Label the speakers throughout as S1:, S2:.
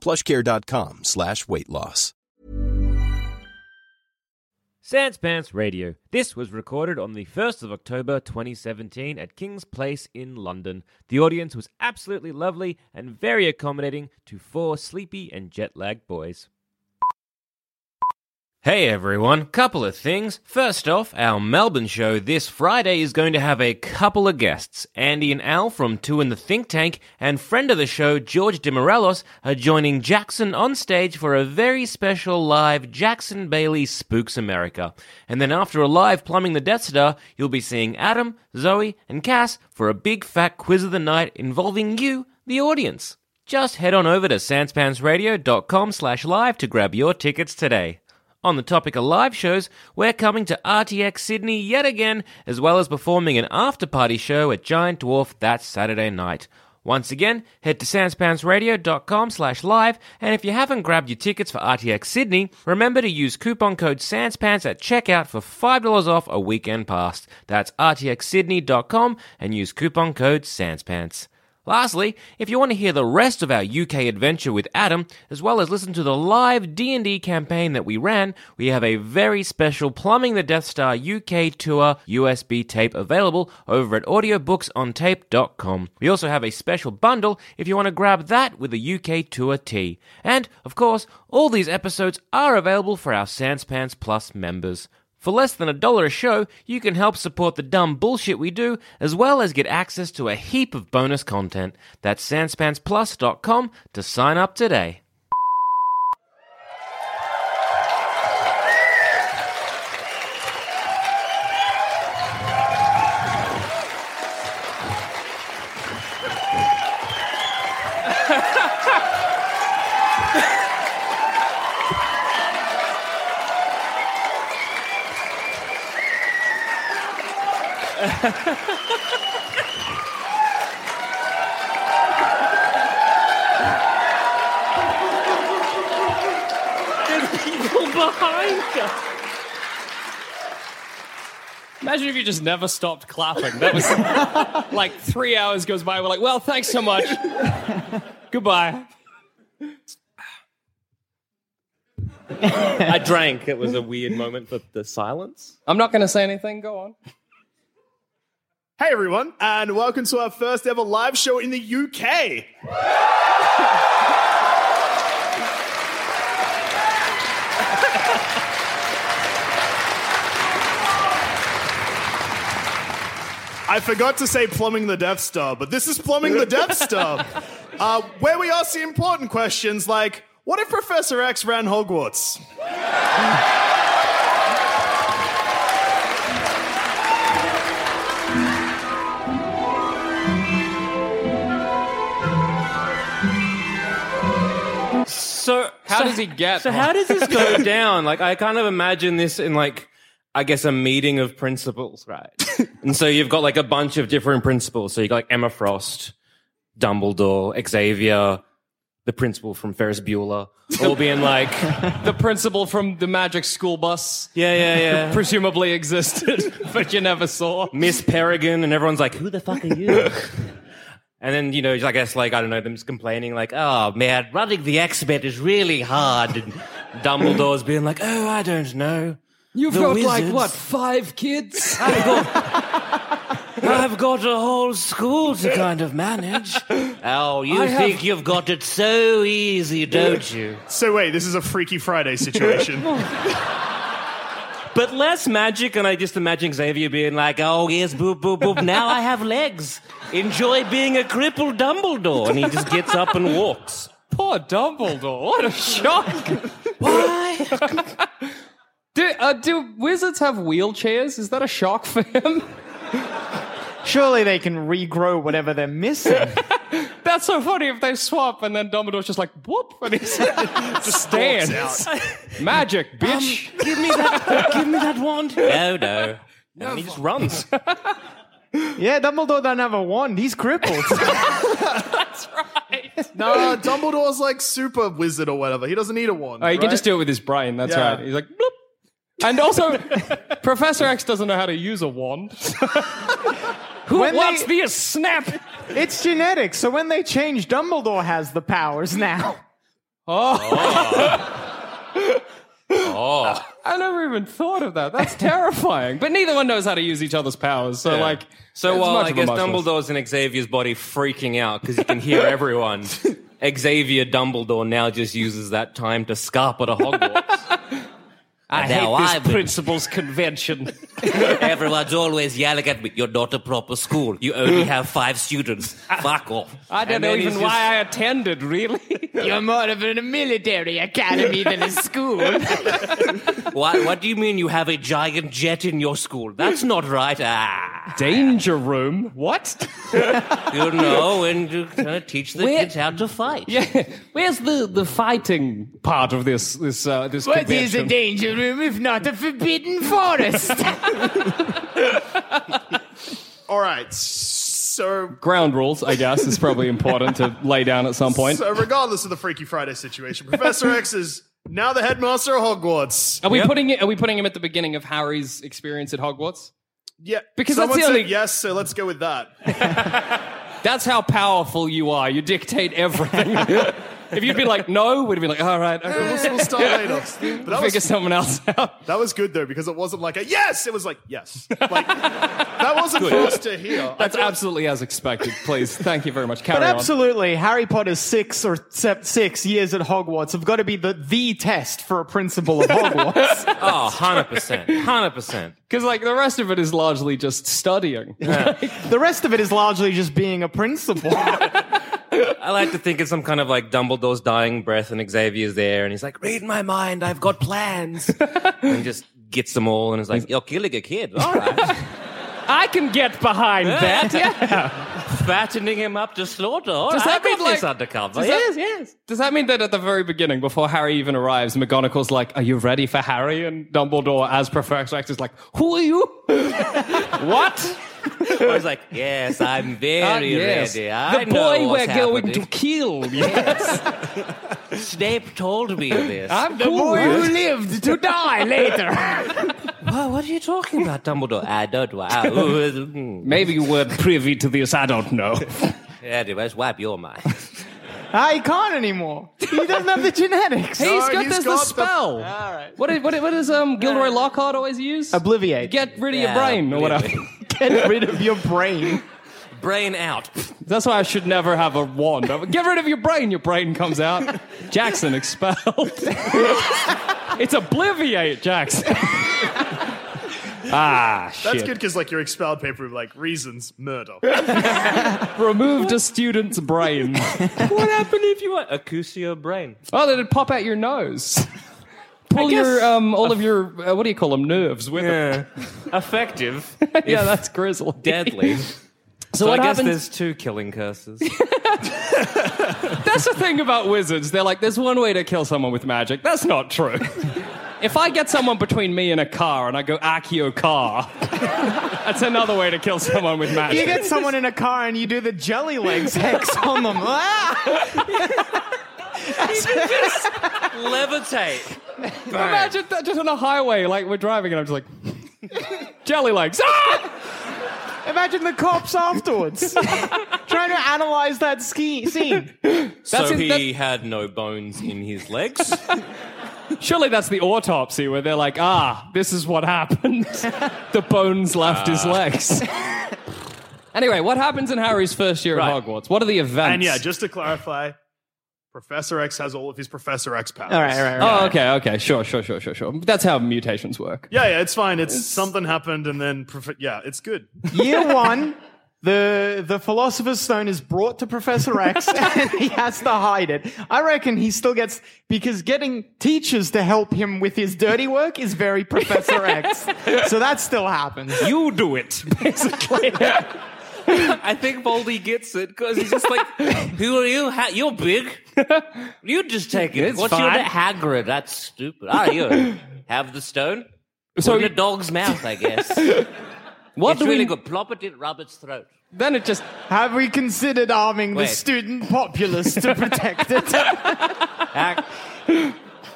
S1: plushcare.com slash weight loss.
S2: Sans Pants Radio. This was recorded on the 1st of October 2017 at King's Place in London. The audience was absolutely lovely and very accommodating to four sleepy and jet lagged boys. Hey everyone, couple of things. First off, our Melbourne show this Friday is going to have a couple of guests. Andy and Al from Two in the Think Tank and friend of the show, George DeMorelos, are joining Jackson on stage for a very special live Jackson Bailey Spooks America. And then after a live Plumbing the Death Star, you'll be seeing Adam, Zoe, and Cass for a big fat quiz of the night involving you, the audience. Just head on over to sanspansradio.com slash live to grab your tickets today. On the topic of live shows, we're coming to RTX Sydney yet again, as well as performing an after party show at Giant Dwarf that Saturday night. Once again, head to sanspansradio.com slash live, and if you haven't grabbed your tickets for RTX Sydney, remember to use coupon code SANSPANTS at checkout for $5 off a weekend pass. That's rtxsydney.com and use coupon code SANSPANTS. Lastly, if you want to hear the rest of our UK adventure with Adam, as well as listen to the live D&D campaign that we ran, we have a very special Plumbing the Death Star UK tour USB tape available over at audiobooksontape.com. We also have a special bundle if you want to grab that with a UK tour tee. And, of course, all these episodes are available for our Sanspants Plus members. For less than a dollar a show, you can help support the dumb bullshit we do, as well as get access to a heap of bonus content. That's sanspansplus.com to sign up today.
S3: There's people behind us. Imagine if you just never stopped clapping. That was like three hours goes by. We're like, well, thanks so much. Goodbye.
S2: I drank. It was a weird moment for the silence.
S3: I'm not going to say anything. Go on.
S4: Hey everyone, and welcome to our first ever live show in the UK. I forgot to say plumbing the Death Star, but this is plumbing the Death Star, uh, where we ask the important questions like, what if Professor X ran Hogwarts?
S2: So
S3: How does he get?
S2: So how does this go down? Like I kind of imagine this in like I guess a meeting of principals, right? and so you've got like a bunch of different principals. So you got like Emma Frost, Dumbledore, Xavier, the principal from Ferris Bueller, all being like,
S3: the principal from the magic school bus
S2: yeah, yeah, yeah.
S3: presumably existed, but you never saw.
S2: Miss Peregrine, and everyone's like, "Who the fuck are you?" and then you know, I guess like I don't know, them just complaining like, "Oh man, running the X Men is really hard." And Dumbledore's being like, "Oh, I don't know."
S3: You've
S2: The
S3: got like
S2: wizards.
S3: what five kids?
S5: I've got a whole school to kind of manage. Oh, you think you've got it so easy, don't you?
S4: So wait, this is a Freaky Friday situation.
S5: But less magic, and I just imagine Xavier being like, oh, yes, boop, boop, boop, now I have legs. Enjoy being a crippled Dumbledore. And he just gets up and walks.
S3: Poor Dumbledore. What a shock.
S5: Why?
S3: do, uh, do wizards have wheelchairs? Is that a shock for him?
S6: Surely they can regrow whatever they're missing.
S3: That's so funny if they swap and then Dumbledore's just like, whoop, and he's just stands. Magic, bitch.
S5: Um, give me that, give me that wand. No, no. and he just runs.
S6: yeah, Dumbledore don't have a wand. He's crippled.
S4: no, Uh, Dumbledore's like super wizard or whatever. He doesn't need a wand.
S3: Oh, he can
S4: right?
S3: just do it with his brain. That's
S4: Yeah.
S3: right. He's like, bloop. And also, Professor X doesn't know how to use a wand. Who
S6: When
S3: wants
S6: they-
S3: me a snap?
S6: it's genetics. So when they change, Dumbledore has the powers now.
S3: I never even thought of that. That's terrifying. But neither one knows how to use each other's powers. So, like,
S5: So
S3: it's
S5: while
S3: much
S5: I
S3: of a
S5: guess
S3: muchness.
S5: Dumbledore's in Xavier's body freaking out because he can hear everyone, Xavier Dumbledore now just uses that time to scarp at a Hogwarts. I
S2: now
S5: hate this
S2: I've been-
S5: principal's convention.
S2: Everyone's always yelling at me. You're not a proper school. You only have five students. Fuck off.
S3: I don't
S5: And
S3: know
S5: then he's
S3: even why I attended, really.
S6: You're more of a military academy than a school.
S2: Why, what do you mean you have a giant jet in your school? That's not right. Ah,
S3: Danger room? What?
S2: you know, and you kind of teach the kids how to fight.
S3: Yeah. Where's the, the fighting part of this this uh, this convention?
S6: danger room if not a forbidden forest?
S4: All right. So
S3: Ground rules, I guess, is probably important to lay down at some point.
S4: so regardless of the Freaky Friday situation, Professor X is now the headmaster of Hogwarts.
S3: are we putting it, are we putting him at the beginning of Harry's experience at Hogwarts?
S4: Yeah,
S3: Because that's
S4: someone
S3: the only-
S4: said yes, so let's go with that.
S3: That's how powerful you are. You dictate everything. if you'd been like no, we'd be like all right, okay, we'll
S4: We'll, we'll start later. But that
S3: figure
S4: was,
S3: someone else out.
S4: that was good though because it wasn't like a yes. It was like yes. Like that wasn't forced to hear.
S3: That's absolutely as expected. Please, thank you very much. Carry
S6: but
S3: on.
S6: absolutely, Harry Potter's six or se- six years at Hogwarts have got to be the the test for a principal of Hogwarts.
S5: Oh, 100%. 100%.
S3: Because like the rest of it is largely just studying.
S6: the rest of it is largely just being a principal.
S5: I like to think it's some kind of like Dumbledore's dying breath, and Xavier's there, and he's like, "Read my mind, I've got plans," and he just gets them all, and is like, "You're killing a kid, all right."
S3: I can get behind that.
S5: Fattening him up to slaughter. All
S3: Does
S5: right, I
S3: that mean,
S5: got
S3: like-
S5: this undercover?
S3: Does
S5: Yeah.
S3: that, yes. Does that mean that at the very beginning, before Harry even arrives, McGonagall's like, "Are you ready for Harry?" And Dumbledore, as Professor X, is like, "Who are you? what?
S2: I was like, yes, I'm very
S3: Ah, yes.
S2: ready.
S3: the
S2: I
S3: boy
S2: know
S3: we're
S2: what's
S3: going to
S2: happening.
S3: kill." Yes,
S2: Snape told me this.
S3: I'm cool. with it.
S6: lived to die later.
S5: "Oh,
S2: Wha- what are you talking about, Dumbledore? I don't know. Ah, ooh, hmm.
S3: Maybe you weren't privy to this. I don't know.
S2: Anyways, wipe your mind.
S6: I Ah, can't anymore. He doesn't have the genetics.
S3: he's got
S4: he's
S3: this
S4: got
S3: the
S4: the-
S3: spell. All right. What, is, what, is- what does um, Gilroy Lockhart always use?
S6: Obliviate.
S3: Get rid of your
S2: Yeah,
S3: brain or whatever.
S6: Get rid of your brain.
S2: Brain out.
S3: That's why I should never have a wand. Get rid of your brain. Your brain comes out. Jackson expelled. it's obliviate, Jackson. ah,
S4: That's
S3: shit.
S4: good because like your expelled paper like reasons murder.
S3: Removed a student's brain.
S5: What happened if you were Acusio brain?
S3: oh, then it'd pop out your nose. Pull your um, all of your uh, what do you call them nerves with
S5: Yeah. Effective,
S3: it. yeah, that's grizzly.
S5: deadly.
S3: So,
S5: I
S3: what
S5: guess
S3: happens?
S5: there's two killing curses.
S3: That's the thing about wizards. They're like, there's one way to kill someone with magic. That's not true. if I get someone between me and a car and I go Akio car, that's another way to kill someone with magic.
S6: You get someone in a car and you do the jelly legs hex on them. Ah!
S5: Levitate.
S3: Imagine that just on a highway, like we're driving, and I'm just like, jelly legs. Ah!
S6: Imagine the cops afterwards trying to analyze that ski scene.
S5: so
S3: in-
S5: he
S3: that-
S5: had no bones in his legs.
S3: Surely that's the autopsy where they're
S4: Ah.
S3: like, ah, this is what happened. the bones left his legs. Anyway, what happens in Harry's first year
S4: Right.
S3: at Hogwarts? What are the events?
S4: And yeah, just to clarify, Professor X has all of his Professor X powers.
S6: All right, all right, all right.
S3: Oh, okay, okay, sure, sure, sure, sure, sure. That's how mutations work.
S4: Yeah, yeah, it's fine. It's, something happened, and then prof- yeah, it's good.
S6: Year one, the the philosopher's stone is brought to Professor X, and he has to hide it. I reckon he still gets because getting teachers to help him with his dirty work is very Professor X. So that still happens.
S2: You do it, basically. I think Baldy gets it because he's just like, "Who are you? Ha- you're big. You just take it.
S3: It's
S2: What's your
S3: fine.
S2: name? Hagrid? That's stupid. Ah, you have the stone.
S3: So
S2: in a dog's mouth, I guess.
S3: what
S2: it's
S3: do
S2: really
S3: we?
S2: good. Plop it in Robert's throat.
S3: Then it just
S6: Have we considered arming
S2: Wait.
S6: the student populace to protect it?
S2: Hag-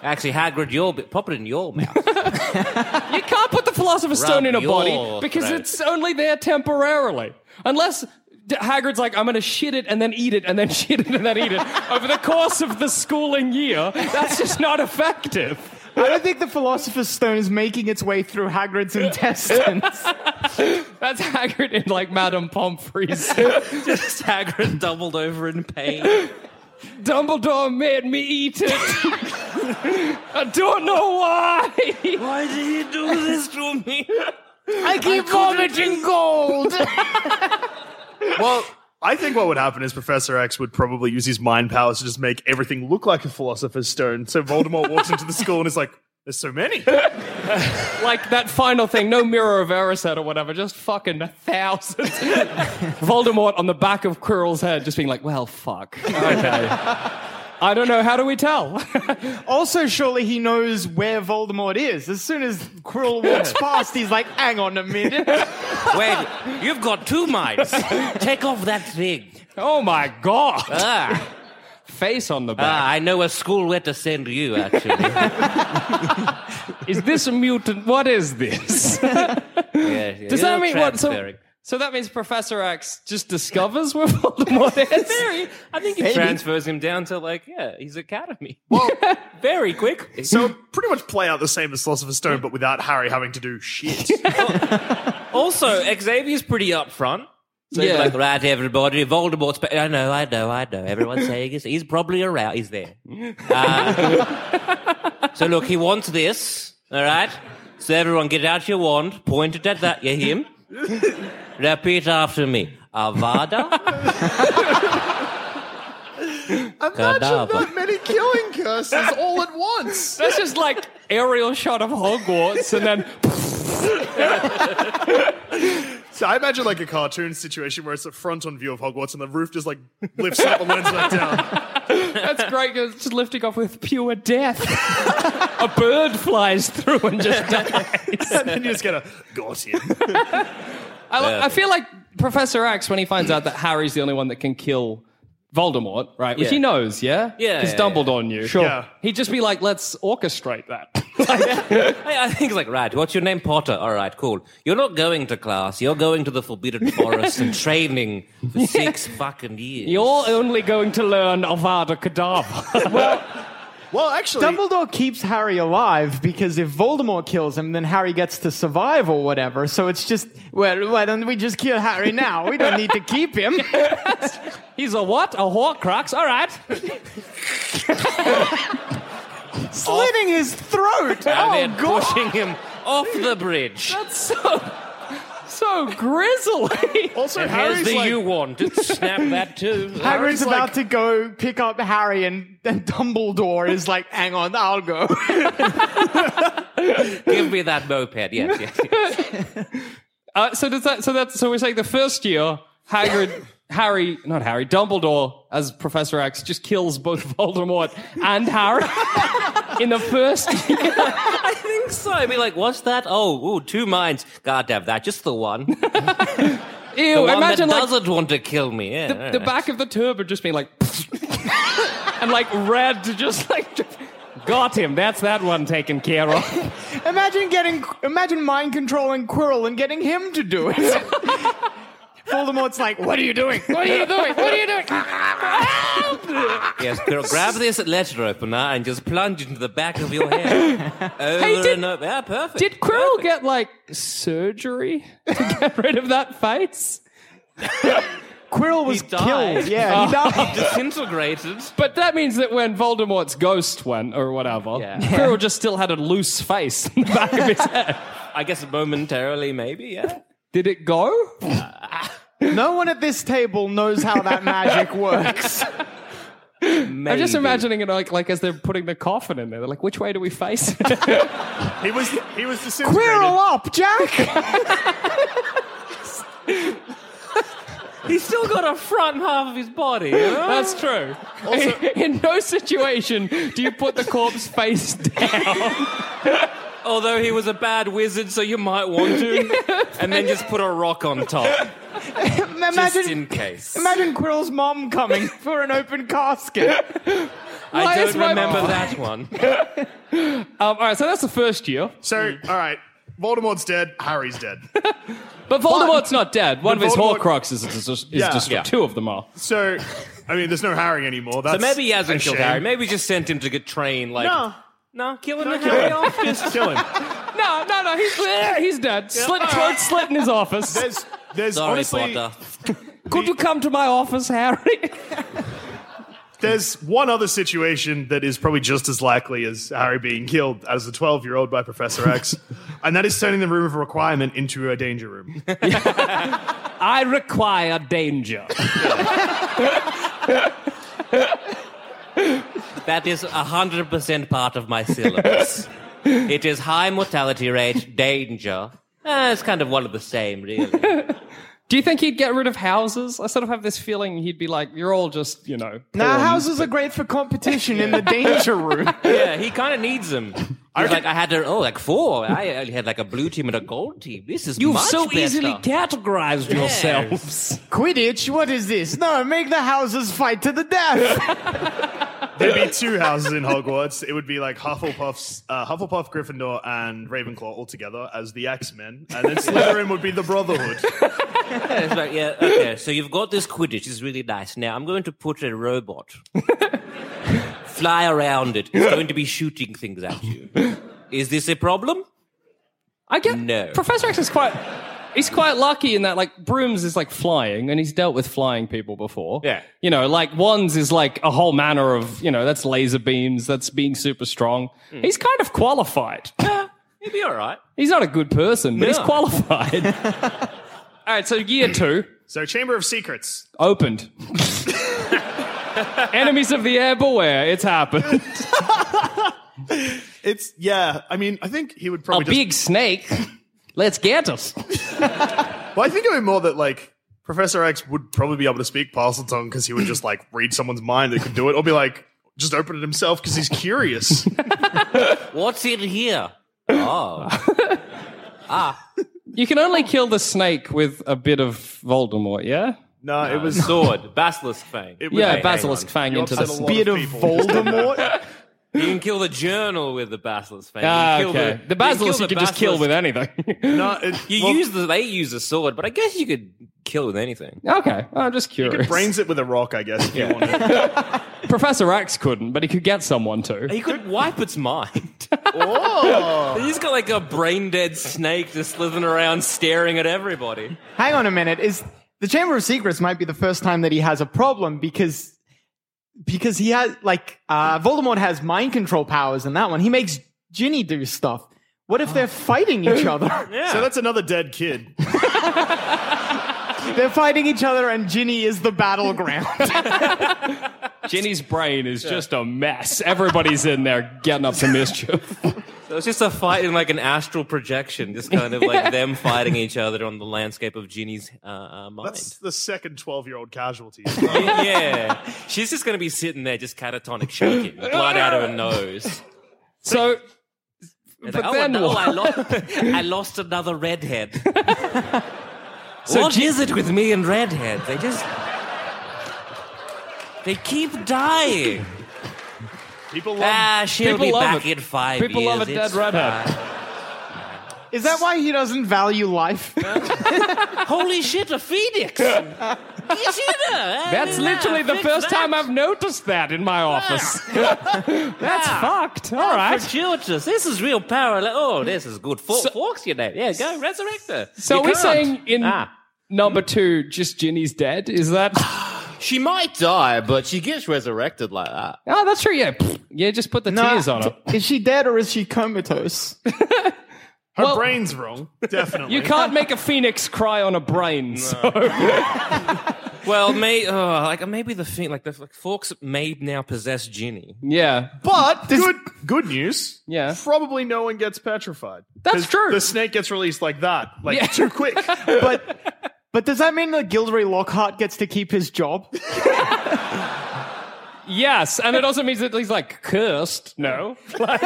S2: Actually, Hagrid, your bit. Pop it in your mouth.
S3: you can't put the philosopher's
S2: Rub
S3: stone in a
S2: your
S3: body because
S2: throat.
S3: it's only there temporarily, unless. D- Hagrid's like, I'm gonna shit it and then eat it and then shit it and then eat it over the course of the schooling year. That's just not effective.
S6: I don't think the philosopher's stone is making its way through Hagrid's intestines.
S3: That's Hagrid in like Madame Pomfrey's.
S2: just Hagrid doubled over in pain.
S3: Dumbledore made me eat it. I don't know why.
S2: Why did you do this to me?
S6: I keep vomiting gold.
S4: Well, I think what would happen is Professor X would probably use his mind powers to just make everything look like a philosopher's stone. So Voldemort walks into the school and is like, "There's so many."
S3: like that final thing, no Mirror of Erised or whatever, just fucking thousands. Voldemort on the back of Quirrell's head, just being like, well, fuck. Okay. I don't know. How do we tell?
S6: Also, surely he knows where Voldemort is. As soon as Quirrell walks past, he's like, hang on a minute.
S2: Wait, you've got two minds. Take off that thing.
S3: oh my god.
S2: Ah.
S3: Face on the back.
S2: Ah, I know a school where to send you, actually.
S3: Is this a mutant? What is this? Does that mean what? So, so that means Professor X just discovers where Voldemort is?
S2: I think he transfers him down to like yeah, his academy.
S4: Well,
S2: Very quick.
S4: so pretty much play out the same as philosopher's stone, but without Harry having to do shit.
S2: also, Xavier's pretty upfront. So
S3: Yeah.
S2: he's like, right, everybody, Voldemort's. Ba- I know, I know, I know. Everyone's saying he's, he's probably around. He's there. Uh, so look, he wants this. All right. So everyone, get out your wand, point it at that. Yeah, him. Repeat after me. Avada. Kadabra.
S4: Imagine that many killing curses all at once.
S3: That's just like aerial shot of Hogwarts, and then
S4: So I imagine like a cartoon situation where it's a front-on view of Hogwarts and the roof just like lifts up and lands back down.
S3: that's great. 'cause It's just lifting off with pure death. a bird flies through and just dies.
S4: And then you just get a got him.
S3: I, li- I feel like Professor X when he finds out that Harry's the only one that can kill Voldemort, right? Which
S2: Yeah.
S3: he knows, yeah,
S2: Yeah,
S3: because
S2: yeah,
S3: Dumbledore knew. Sure,
S4: Yeah.
S3: he'd just be like, "Let's orchestrate that."
S2: I, I think it's like, right, what's your name? Potter. All right, cool. You're not going to class. You're going to the Forbidden Forest and training for six fucking years.
S3: You're only going to learn Avada Kedavra.
S4: Well, actually,
S6: Dumbledore keeps Harry alive because if Voldemort kills him, then Harry gets to survive or whatever. So it's just, well, why don't we just kill Harry now? We don't need to keep him.
S3: He's a what? A Horcrux? All right.
S6: Slitting his throat.
S2: and
S6: Oh,
S2: they're
S6: God.
S2: pushing him off the bridge.
S3: That's so so grizzly.
S4: also
S2: And here's
S4: Harry's
S2: the
S4: like,
S2: you want. Just snap that too.
S6: Hagrid's
S4: like-
S6: about to go pick up Harry, and, and Dumbledore is like, hang on, I'll go.
S2: Give me that moped. Yes, yes, yes.
S3: Uh, so does that? So that? So we're saying the first year, Hagrid, Harry, not Harry, Dumbledore as Professor X just kills both Voldemort and Harry in the first year.
S2: I think so. I mean, like, what's that? Oh, ooh, two minds. God damn that. Just the one. The
S3: Ew!
S2: one
S3: imagine
S2: that
S3: like
S2: doesn't want to kill me. Yeah, all
S3: the
S2: right.
S3: back of the turban just being like, and like red, just like. Got him. That's that one taken care of.
S6: Imagine getting, imagine mind controlling Quirrell and getting him to do it. Voldemort's like, what are you doing?
S3: What are you doing? What are you doing?
S2: Yes, girl, grab this letter opener and just plunge it into the back of your head. Over
S3: Hey, did-
S2: and over. Yeah, perfect.
S3: Did Quirrell get like surgery to get rid of that face?
S6: Quirrell was
S2: died. Oh.
S6: killed. Yeah, he died.
S2: Disintegrated.
S3: But that means that when Voldemort's ghost went or whatever,
S2: Yeah.
S3: Quirrell just still had a loose face in the back of his head.
S2: I guess momentarily, maybe, yeah.
S3: Did it go?
S6: No one at this table knows how that magic works.
S3: I'm just
S2: Maybe.
S3: imagining it like, like as they're putting the coffin in there. They're like, which way do we face?
S4: He was he was disintegrated.
S6: Quirrell up, Jack.
S2: He's still got a front half of his body. you know?
S3: That's true. in no situation do you put the corpse face down.
S2: Although he was a bad wizard, so you might want to. and then just put a rock on top, just in
S6: Imagine,
S2: case.
S6: imagine Quirrell's mom coming for an open casket.
S2: I
S3: Why
S2: don't
S3: is my-
S2: remember that one.
S3: Um, all right, so that's the first year.
S4: So, all right, Voldemort's dead. Harry's dead.
S3: But Voldemort's not dead. One of
S4: But
S3: his
S4: Voldemort-
S3: Horcruxes is, is, is
S4: Yeah.
S3: destroyed.
S4: Yeah.
S3: Two of them are.
S4: So, I mean, there's no Harry anymore. That's
S2: So maybe he hasn't
S4: a
S2: killed
S4: shame.
S2: Harry. Maybe he just sent him to get trained. Like,
S6: No.
S2: no, killing the Harry off.
S4: Just kill him.
S3: No, no, no. He's, he's dead. Slit, throat slit in his office.
S4: There's, there's
S2: Sorry,
S4: honestly,
S2: Potter.
S3: Could you come to my office, Harry?
S4: there's one other situation that is probably just as likely as Harry being killed as a 12 year old by Professor X, and that is turning the room of requirement into a danger room.
S3: I require danger.
S2: That is 100% part of my syllabus. it is high mortality rate, danger. Uh, it's kind of one of the same, really.
S3: Do you think he'd get rid of houses? I sort of have this feeling he'd be like, you're all just, you know.
S6: Now
S2: Oh,
S3: pawns."
S6: houses are great for competition in the danger room.
S2: yeah, he kind of needs them. He's like, I had, a, oh, like four. I only had like a blue team and a gold team. This is
S3: You've
S2: much
S3: so
S2: better.
S3: easily categorized yourselves.
S6: Quidditch, what is this? No, make the houses fight to the death.
S4: There'd be two houses in Hogwarts. It would be like Hufflepuff's, uh, Hufflepuff, Gryffindor, and Ravenclaw all together as the X Men, and then Slytherin would be the Brotherhood.
S2: Yeah, it's like, yeah, okay. So you've got this Quidditch. It's really nice. Now I'm going to put a robot fly around it. It's going to be shooting things at you. Is this a problem?
S3: I get.
S2: No.
S3: Professor X is quite. He's quite lucky in that, like, Brooms is like flying, and he's dealt with flying people before.
S2: Yeah.
S3: You know, like, Wands is like a whole manner of, you know, that's laser beams, that's being super strong.
S2: Hmm.
S3: He's kind of qualified.
S2: It'd be all right.
S3: he's not a good person, but he's
S2: No.
S3: qualified. All right, so year two.
S4: So, Chamber of Secrets.
S3: opened. Enemies of the air, beware! It's happened.
S4: It's yeah. I mean, I think he would
S3: A
S4: probably just.
S3: big snake. Let's get us.
S4: Well, I think it would be more that like Professor X would probably be able to speak Parseltongue because he would just like read someone's mind that could do it, or be like just open it himself because he's curious.
S2: What's in here? Oh,
S3: You can only kill the snake with a bit of Voldemort, yeah?
S4: no, it was
S2: sword, basilisk thing.
S4: It was
S3: Yeah,
S4: Hey,
S3: basilisk fang
S4: You
S3: into
S4: upset a
S3: the.
S4: lot
S6: Beard of
S4: people.
S6: Voldemort.
S2: You can kill the journal with the basilisk thing. You
S3: Ah,
S2: can kill
S3: okay. The,
S2: you can kill
S3: basilisk you
S2: the
S3: can just kill with
S2: basilisk.
S3: anything.
S4: No, it-
S2: You
S4: well,
S2: use the they use a sword, but I guess you could kill with anything.
S3: okay, I'm just curious.
S4: brains it with a rock, I guess. If you want it.
S3: Professor X couldn't, but he could get someone to.
S2: He could wipe its mind.
S4: Oh,
S2: He's got like a brain dead snake just slithering around, staring at everybody.
S6: Hang on a minute. Is the Chamber of Secrets might be the first time that he has a problem because because he has like uh, Voldemort has mind control powers in that one. He makes Ginny do stuff. What if they're fighting each other?
S4: so that's another dead kid.
S6: they're fighting each other, and Ginny is the battleground.
S3: Ginny's brain is just a mess. Everybody's in there getting up to mischief.
S2: So it's just a fight in like an astral projection, just kind of like them fighting each other on the landscape of Ginny's uh, uh, mind.
S4: That's the second twelve-year-old casualty.
S2: yeah, she's just going to be sitting there, just catatonic, shaking, blood out of her nose.
S3: So,
S2: It's
S3: But
S2: like,
S3: then
S2: oh, no,
S3: what?
S2: I, lost, I lost another redhead.
S3: So
S2: What
S3: Gi-
S2: is it with me and redheads? They just they keep dying.
S4: People love
S2: Ah, she'll
S3: People
S2: be
S3: love
S2: back
S3: it.
S2: in five
S3: People
S2: years.
S3: love a dead
S2: It's
S3: redhead.
S2: fine.
S6: is that why he doesn't value life?
S2: Holy shit, a phoenix! Get in there. Ah,
S3: That's literally the first time I've noticed that in my office. That's fucked.
S2: Oh,
S3: All right. Mm.
S2: Fortuitous. This is real power. Like, oh, this is good. For- Forks, you know. Yeah, go resurrect her.
S3: So
S2: You
S3: we're
S2: can't.
S3: saying in
S2: Ah.
S3: Number two, just Ginny's dead. Is that?
S7: She might die, but she gets resurrected like that.
S3: Oh, that's true. Yeah, yeah. Just put the tears on her.
S6: Is she dead or is she comatose?
S4: Her
S3: Well-
S4: brain's wrong, definitely.
S3: You can't make a phoenix cry on a brain. So
S2: Well, may, oh, like maybe the thing, like the like, forks may now possess Ginny.
S3: yeah,
S4: But good, good news.
S3: Yeah.
S4: Probably no one gets petrified.
S3: That's
S4: 'Cause
S3: true.
S4: The snake gets released like that, like
S3: Yeah.
S4: too quick.
S6: But but does that mean that Gildery Lockhart gets to keep his job?
S3: yes, and it also means that he's like cursed. No, Like-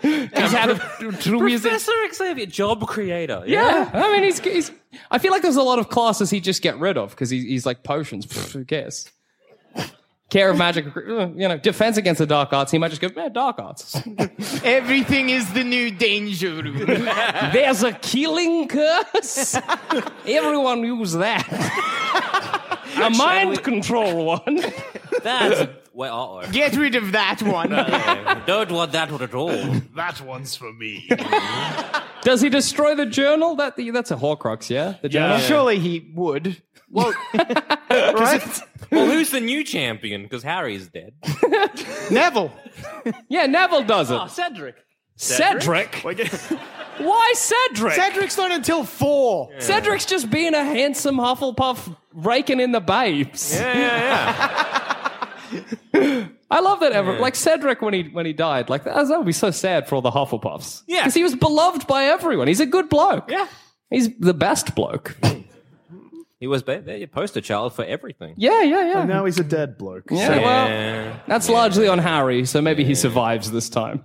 S3: he's had a, two years.
S2: Professor Xavier, job creator.
S3: Yeah, I mean, he's, he's. I feel like there's a lot of classes he just get rid of because he's, he's like potions. Pfft, Who cares? Care of magic, uh, you know, defense against the dark arts. He might just go, man, dark arts.
S6: Everything is the new danger.
S3: There's a killing curse. Everyone use that. a mind control one.
S2: That's well, uh-oh.
S6: Get rid of that one.
S2: don't want that one at all.
S4: that one's for me.
S3: Does he destroy the journal? That that's a Horcrux, yeah. The journal.
S6: Surely he would. Well, right?
S2: Well, who's the new champion? Because Harry's dead.
S6: Neville.
S3: Yeah, Neville does it.
S2: Cedric.
S3: Cedric?
S4: Like,
S3: Why Cedric?
S6: Cedric's not until four.
S3: Cedric's just being a handsome Hufflepuff raking in the babes.
S2: Yeah, yeah,
S3: I love that ever like Cedric when he when he died. Like that, that would be so sad for all the Hufflepuffs.
S2: Yeah.
S3: because he was beloved by everyone. He's a good bloke.
S2: yeah.
S3: he's the best bloke.
S2: He was ba- your poster child for everything.
S3: Yeah, yeah, yeah.
S4: now he's a dead bloke.
S3: yeah, well, that's largely on Harry, so maybe he survives this time.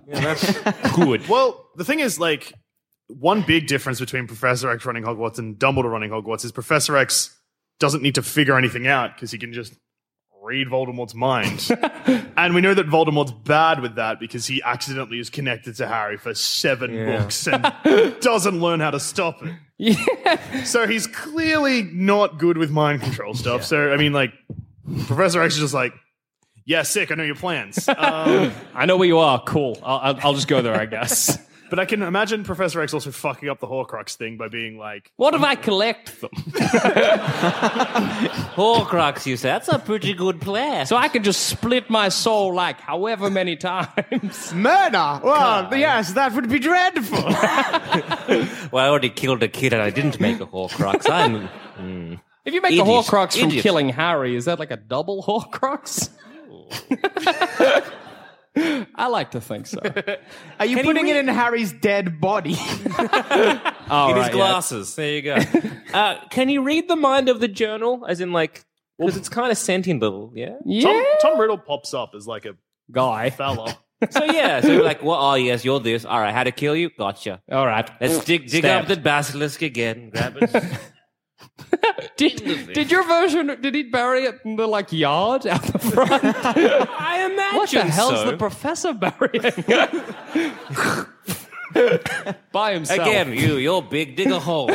S2: good.
S4: Well, the thing is, like, one big difference between Professor X running Hogwarts and Dumbledore running Hogwarts is Professor X doesn't need to figure anything out because he can just read Voldemort's mind. and we know that Voldemort's bad with that because he accidentally is connected to Harry for seven books and doesn't learn how to stop it. So he's clearly not good with mind control stuff. So, I mean, like, Professor X is just like, yeah, sick, I know your plans.
S3: I know where you are. Cool. I'll, I'll, I'll just go there, I guess.
S4: But I can imagine Professor X also fucking up the Horcrux thing by being like,
S3: what if I collect them
S2: Horcrux, you say? That's a pretty good plan.
S3: so I can just split my soul like however many times?
S6: Murder. Well, yes, that would be dreadful.
S2: well, I already killed a kid and I didn't make a Horcrux. I'm.
S3: If you make the
S2: Idiot.
S3: Horcrux from
S2: Idiot.
S3: killing Harry, is that like a double Horcrux? I like to think so.
S6: Are you putting it in Harry's dead body?
S3: All
S2: in
S3: right,
S2: his
S3: yeah.
S2: glasses. There you go. uh, can he read the mind of the journal? As in, like, because it's kind of sentient little, yeah?
S4: Tom,
S3: Yeah,
S4: Tom Riddle pops up as like a
S3: guy.
S4: fella.
S2: So, yeah. So, you're like, well, oh, yes, you're this. All right, how to kill you? Gotcha.
S3: All right.
S2: Let's dig, dig
S3: Stab.
S2: up the basilisk again. Grab it.
S3: Did, did your version? Did he bury it in the like yard out the front?
S2: I imagine.
S3: what the hell's
S2: so.
S3: the professor burying? By himself
S2: Again, you, you're big. Dig a hole.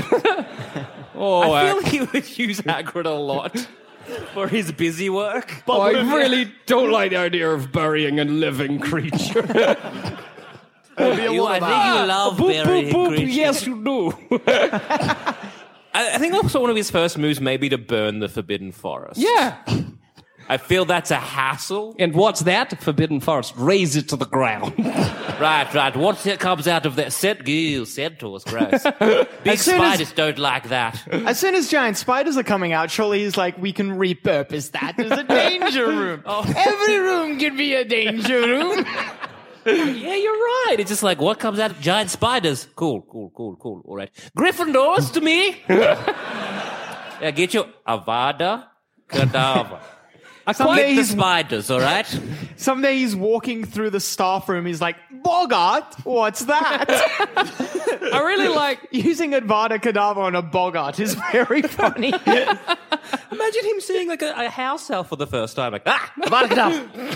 S3: Oh,
S2: I feel he would use Hagrid a lot for his busy work.
S3: Oh, I really don't like the idea of burying a living creature.
S2: You- I think
S3: Ah,
S2: you love burying creatures.
S3: Yes, you do.
S2: I, I think also one of his first moves may be to burn the Forbidden Forest.
S3: yeah.
S2: I feel that's a hassle.
S3: And what's that? Forbidden forest. Raise it to the ground.
S2: Right, right. What that comes out of that? Set goo, centaurs, gross. Big
S6: soon as-
S2: spiders don't like that.
S6: As soon as giant spiders are coming out, surely he's like, we can repurpose that as a danger room. Every room can be a danger room.
S2: yeah, you're right. It's just like what comes out of giant spiders. Cool, cool, cool, cool. All right. Gryffindors to me. yeah, get your Avada Kedavra.
S6: Someday
S2: Get the
S6: he's,
S2: spiders, all right?
S6: someday he's walking through the staff room. He's like, Bogart, what's that?
S3: I really like.
S6: Using Advada Kedavra on a Bogart is very funny.
S2: Imagine him seeing like a, a house elf for the first time. Like, ah, Avada Kedavra.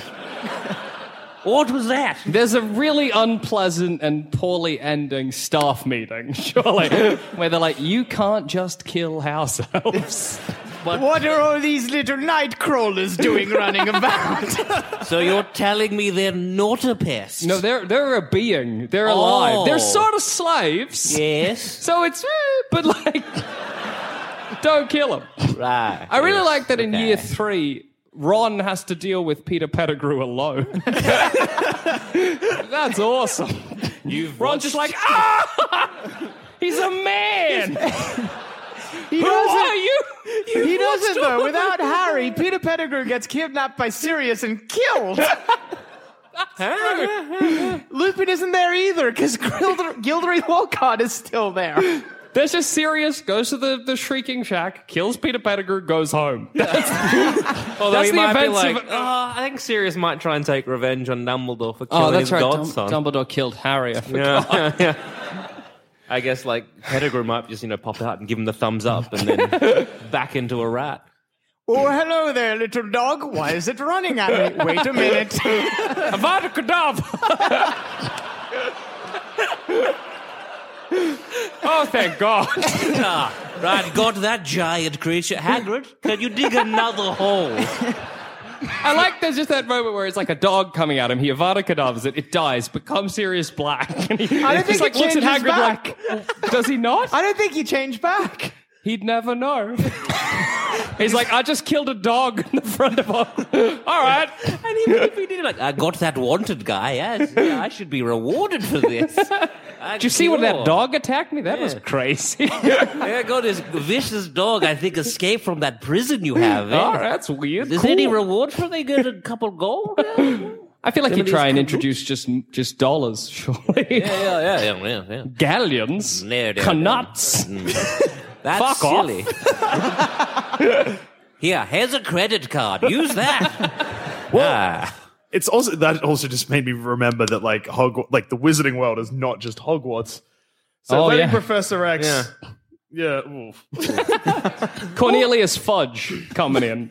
S2: what was that?
S3: There's a really unpleasant and poorly ending staff meeting, surely, where they're like, "You can't just kill house elves."
S6: what are all these little night crawlers doing running about?
S2: So you're telling me they're not a pest?
S3: no, they're they're a being. They're alive.
S2: Oh.
S3: They're sort of slaves.
S2: Yes.
S3: So it's, eh, but like, Don't kill him.
S2: Right.
S3: I really
S2: yes,
S3: like that in
S2: okay.
S3: year three, Ron has to deal with Peter Pettigrew alone. That's awesome.
S2: You've
S3: Ron's just like, ah! He's a man!
S6: He
S3: Who
S6: does
S3: are
S6: it.
S3: you?
S6: He does it though. Without Harry, Peter Pettigrew gets kidnapped by Sirius and killed. Lupin isn't there either because Gilder- Gildery Walcott is still there.
S3: There's just serious, goes to the, the Shrieking Shack, kills Peter Pettigrew, goes home.
S2: Although
S3: That's
S2: he
S3: the
S2: might be
S3: offensive-
S2: like, "Oh, I think Sirius might try and take revenge on Dumbledore for killing
S3: Oh, that's
S2: his
S3: right.
S2: godson.
S3: Dum- Dumbledore killed Harry. I forgot.
S2: yeah, yeah. I guess like Pettigrew might just you know pop out and give him the thumbs up and then back into a rat.
S6: Oh, hello there, little dog. Why is it running at me? Wait a minute.
S3: Avada Kedavra! oh, thank God.
S2: Ah, right, got that giant creature. Hagrid, can you dig another hole?
S3: I like there's just that moment where it's like a dog coming at him. He Avada Kedavra's it. It dies, becomes serious black. And he
S6: I don't
S3: just,
S6: think
S3: like
S6: it
S3: looks at
S6: changes
S3: Hagrid
S6: back.
S3: like, does he not?
S6: I don't think he changed back.
S3: He'd never know. He's like, I just killed a dog in the front of all. all right.
S2: And even if he did, like, I got that wanted guy. Yes, yeah, I should be rewarded for this.
S3: Did you see when that dog attacked me? That was crazy.
S2: There go this vicious dog. I think escaped from that prison you have. eh?
S3: Oh, that's weird.
S2: Is
S3: Cool.
S2: there any reward for they get a couple gold? Yeah,
S3: I feel like you
S2: Somebody's
S3: try and
S2: cool.
S3: introduce just just dollars, surely.
S2: yeah, yeah, yeah. yeah.
S3: Galleons,
S2: No, no, no.
S3: canuts.
S2: That's
S3: Fuck off.
S2: silly. Here, here's a credit card. Use that. Ah.
S4: It's also that also just made me remember that like Hogwarts, like the Wizarding World is not just Hogwarts. So
S3: Oh,
S4: maybe
S3: yeah.
S4: Professor X. Yeah. oof.
S3: Cornelius Fudge coming in.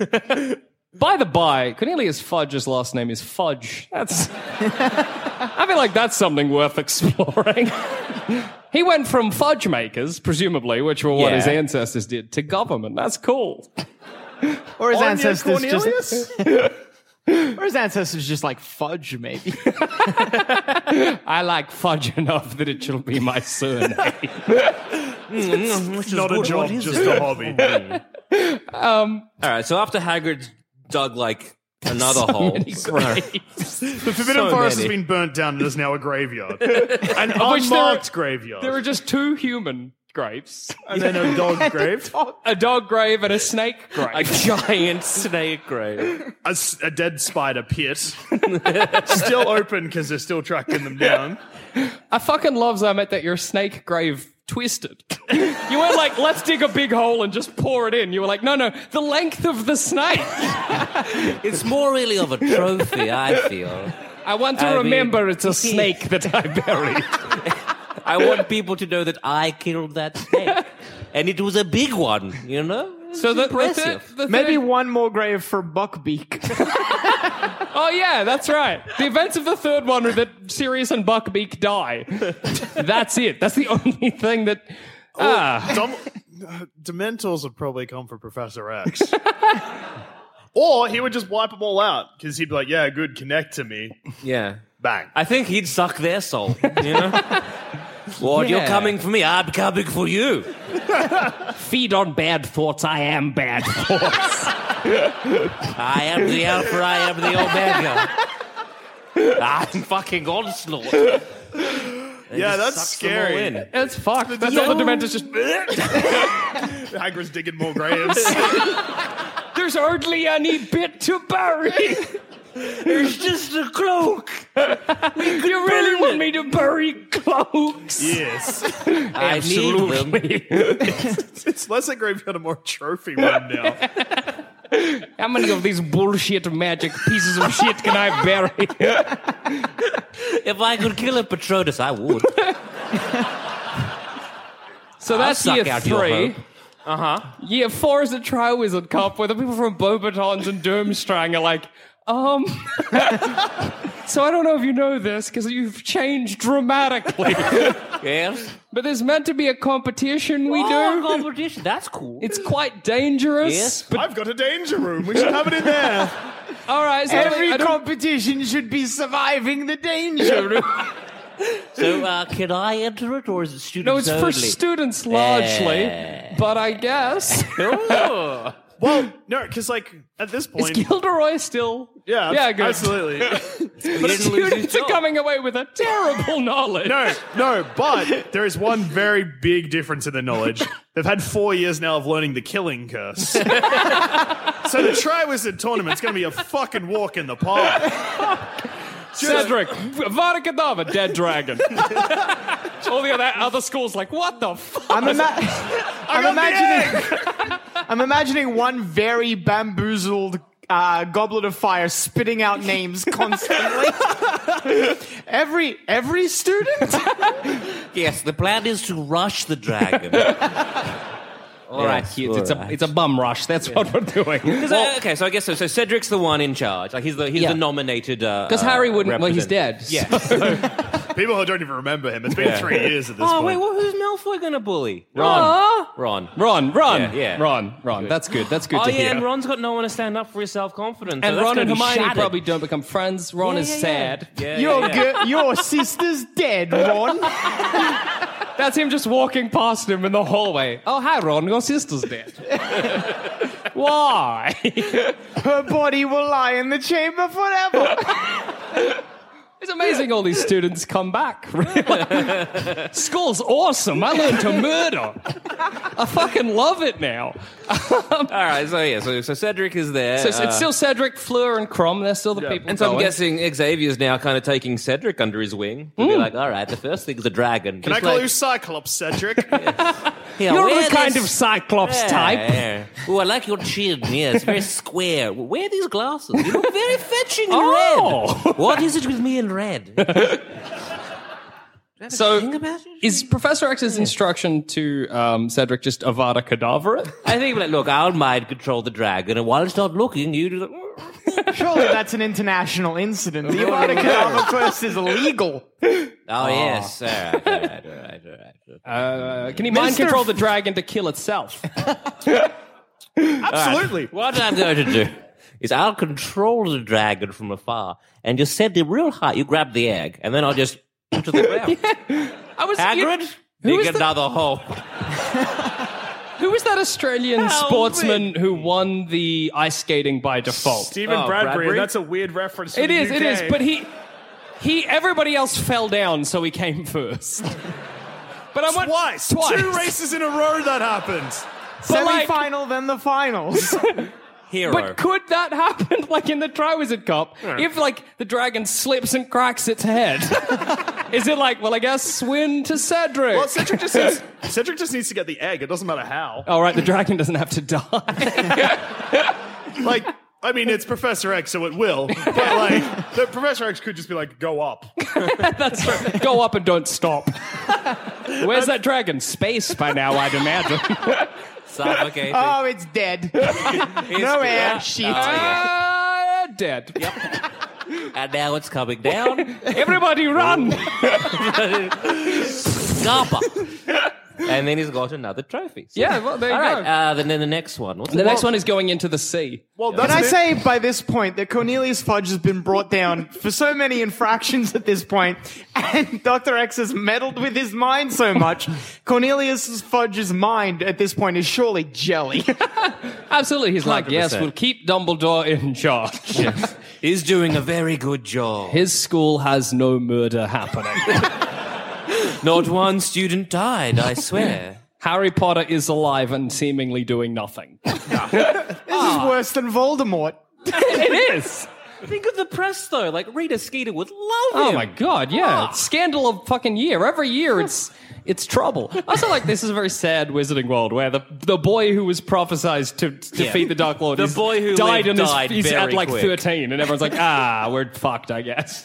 S3: by the by, Cornelius Fudge's last name is Fudge. That's. I feel like that's something worth exploring. he went from fudge makers, presumably, which were what his
S2: Yeah.
S3: ancestors did, to government. That's cool.
S6: Or his
S4: Anya
S6: ancestors
S4: Cornelius?
S6: just. Or his ancestors just like fudge, maybe.
S3: I like fudge enough that it shall be my surname.
S2: Mm, which is
S4: not a
S2: good.
S4: job,
S2: What is
S4: just
S2: it? Oh,
S4: a hobby.
S2: All right, so after Hagrid's dug like another hole.
S4: The Forbidden
S2: So
S4: Forest
S2: many.
S4: has been burnt down and is now a graveyard. An unmarked graveyard.
S3: There are just two human graves
S4: and then a dog grave.
S3: a dog grave and a snake grave.
S2: A giant snake grave.
S4: A, s- a dead spider pit. still open because they're still tracking them down.
S3: I fucking love Zamet that your snake grave twisted. you weren't like, let's dig a big hole and just pour it in. You were like, no, no, the length of the snake.
S2: It's more really of a trophy, I feel.
S3: I want to
S2: I mean-
S3: remember it's a snake that I buried.
S2: I want people to know that I killed that snake. And it was a big one, you know? It's
S3: so the, the, third,
S2: impressive.
S3: the third-
S6: Maybe one more grave for Buckbeak.
S3: oh yeah, that's right. The events of the third one are that Sirius and Buckbeak die. that's it. That's the only thing that. Ah,
S4: Dom- uh, Dementors would probably come for Professor X. or he would just wipe them all out because he'd be like, yeah, good, connect to me.
S2: yeah.
S4: Bang.
S2: I think he'd suck their soul, you know? Lord, you're
S3: Yeah.
S2: coming for me, I'm coming for you.
S3: feed on bad thoughts. I am bad.
S2: I am the Alpha, I am the Omega. I'm fucking onslaught.
S4: yeah, that's
S2: Sucks them all
S4: scary.
S2: in.
S3: it's fucked. That's all the Dementors just.
S4: Hagrid's digging more graves.
S3: There's hardly any bit to bury.
S2: It's just a cloak.
S3: You really want me to bury cloaks?
S4: yes.
S2: I need them.
S4: It's less a graveyard and more a trophy room now.
S3: How many of these bullshit magic pieces of shit can I bury?
S2: If I could kill a Patronus, I would.
S3: So that's
S2: suck
S3: year
S2: out your
S3: three.
S2: hope. Uh-huh.
S3: Year four is the Triwizard Cup where the people from Bobatons and Durmstrang are like, um. so I don't know if you know this because you've changed dramatically,
S2: Yes.
S3: but there's meant to be a competition we
S2: Oh,
S3: do.
S2: competition. That's cool.
S3: It's quite dangerous.
S2: Yes.
S3: But
S4: I've got a danger room. We should have it in there.
S3: all right, so I
S6: Every
S3: don't-
S6: competition should be surviving the danger.
S2: So uh, can I enter it, or is it students
S3: No, it's
S2: only?
S3: for students largely, but I guess
S4: Well, no, because like at
S3: is
S4: this point,
S3: Gilderoy still?
S4: yeah,
S3: yeah, good.
S4: absolutely.
S3: But students are coming away with a terrible knowledge.
S4: No, no, but there is one very big difference in the knowledge. They've had four years now of learning the killing curse. so the Triwizard tournament's going to be a fucking walk in the park.
S3: Cedric, Vada Kedavra, dead dragon. All the other other schools like, what the fuck?
S6: I'm, ima- I'm imagining. I'm imagining one very bamboozled uh, goblet of fire spitting out names constantly. every every student.
S2: Yes, the plan is to rush the dragon. All right, uh,
S3: It's, it's a, it's a bum rush. That's what we're doing. Because
S2: okay, so I guess so. So Cedric's the one in charge. Like he's the he's
S3: Yeah.
S2: the nominated. uh, Because
S3: Harry wouldn't. Well, he's dead.
S2: Yeah.
S4: People who don't even remember him. It's been three years at this
S2: oh
S4: point.
S2: wait, well, who's Malfoy gonna bully? Ron. Ron.
S3: Ron, Ron,
S2: Yeah, yeah.
S3: Ron, Ron. That's good. That's good
S2: Oh
S3: to
S2: yeah,
S3: hear.
S2: and Ron's got no one to stand up for his self confidence.
S3: And Ron and Hermione
S2: shattered.
S3: probably don't become friends. Ron
S2: Yeah,
S3: is
S2: yeah, yeah.
S3: sad.
S2: Yeah,
S6: Your
S2: yeah, yeah.
S6: gi- your sister's dead, Ron.
S3: That's him just walking past him in the hallway. Oh, hi, Ron. Your sister's dead. Why?
S6: Her body will lie in the chamber forever.
S3: It's amazing all these students come back. really. School's awesome. I learned to murder. I fucking love it now.
S2: All right, so yeah, so, so Cedric is there.
S3: So it's,
S2: uh, oh,
S3: it's still Cedric, Fleur, and Crom. They're still the people.
S2: and so I'm
S3: going.
S2: guessing Xavier's now kind of taking Cedric under his wing. To be like, all right, the first thing's a dragon.
S4: Can I call you Cyclops, Cedric?
S3: You're the kind of Cyclops type.
S2: Yeah. Oh, I like your chin. Yeah, it's very square. Wear these glasses. You look very fetching in
S3: Oh.
S2: red. What is it with me in red?
S3: So
S2: Think about it.
S3: Is Professor X's instruction to um, Cedric just Avada Kedavra? Uh, it?
S2: I think, like, look, our mind control the dragon, and while it's not looking, you do the.
S6: Surely that's an international incident. The Avada Kedavra curse is illegal.
S2: Oh, yes. All right, all right, all right, all right.
S3: Uh, can he mind
S6: Mister
S3: control the dragon to kill itself?
S4: absolutely.
S2: What I'm going to do is I'll control the dragon from afar, and you set it real high. You grab the egg, and then I'll just to the ground.
S3: I was
S2: Hagrid,
S3: Who
S2: dig
S3: is the-
S2: another hole.
S3: Who was that Australian
S2: Help
S3: sportsman who won the ice skating by default?
S4: Stephen
S2: Oh,
S4: Bradbury,
S2: Bradbury?
S4: That's a weird reference. To
S3: It
S4: the
S3: is, it is,
S4: UK.
S3: but he he everybody else fell down, so he came first. But I went
S4: twice,
S3: Twice.
S4: two races in a row that happened.
S3: But like-
S6: Semi-final, then the finals.
S2: Hero.
S3: But could that happen, like in the Triwizard Cup, if like the dragon slips and cracks its head? is it like, well, I guess win to Cedric?
S4: Well, Cedric just needs, Cedric just needs to get the egg. It doesn't matter how.
S3: All right, the dragon doesn't have to die.
S4: Like, I mean, it's Professor X, so it will. But like, the Professor X could just be like, go up.
S3: That's right. Go up and don't stop. Where's that dragon? Space by now, I'd imagine.
S2: Suffocating.
S6: oh, it's dead. no air. Shit.
S2: Oh,
S3: Ah, dead.
S2: and now it's coming down.
S3: Everybody run!
S2: Scarpa. and then he's got another trophy. So-
S3: Yeah, well, there you
S2: All right.
S3: go.
S2: Uh, then, then the next one. What's
S3: the next one is going into the sea.
S4: Well,
S6: Can
S4: that's
S6: I
S4: it.
S6: say by this point that Cornelius Fudge has been brought down for so many infractions at this point, and Dr. X has meddled with his mind so much, Cornelius Fudge's mind at this point is surely jelly.
S3: Absolutely, he's like, yes,
S2: 100%.
S3: we'll keep Dumbledore in charge.
S2: He's doing a very good job.
S3: His school has no murder happening.
S2: Not one student died, I swear.
S3: Harry Potter is alive and seemingly doing nothing.
S6: this is worse than Voldemort.
S3: it is.
S2: Think of the press, though. Like, Rita Skeeter would love
S3: Oh
S2: him.
S3: my god, yeah.
S2: Ah.
S3: It's Scandal of fucking year. Every year it's it's trouble. I also like this is a very sad wizarding world where the the boy who was prophesized to, to
S2: Yeah.
S3: defeat the Dark Lord
S2: The
S3: is-
S2: boy who
S3: died
S2: lived
S3: and is-
S2: died
S3: he's at
S2: very
S3: like
S2: quick.
S3: 13 and everyone's like, ah, we're fucked, I guess.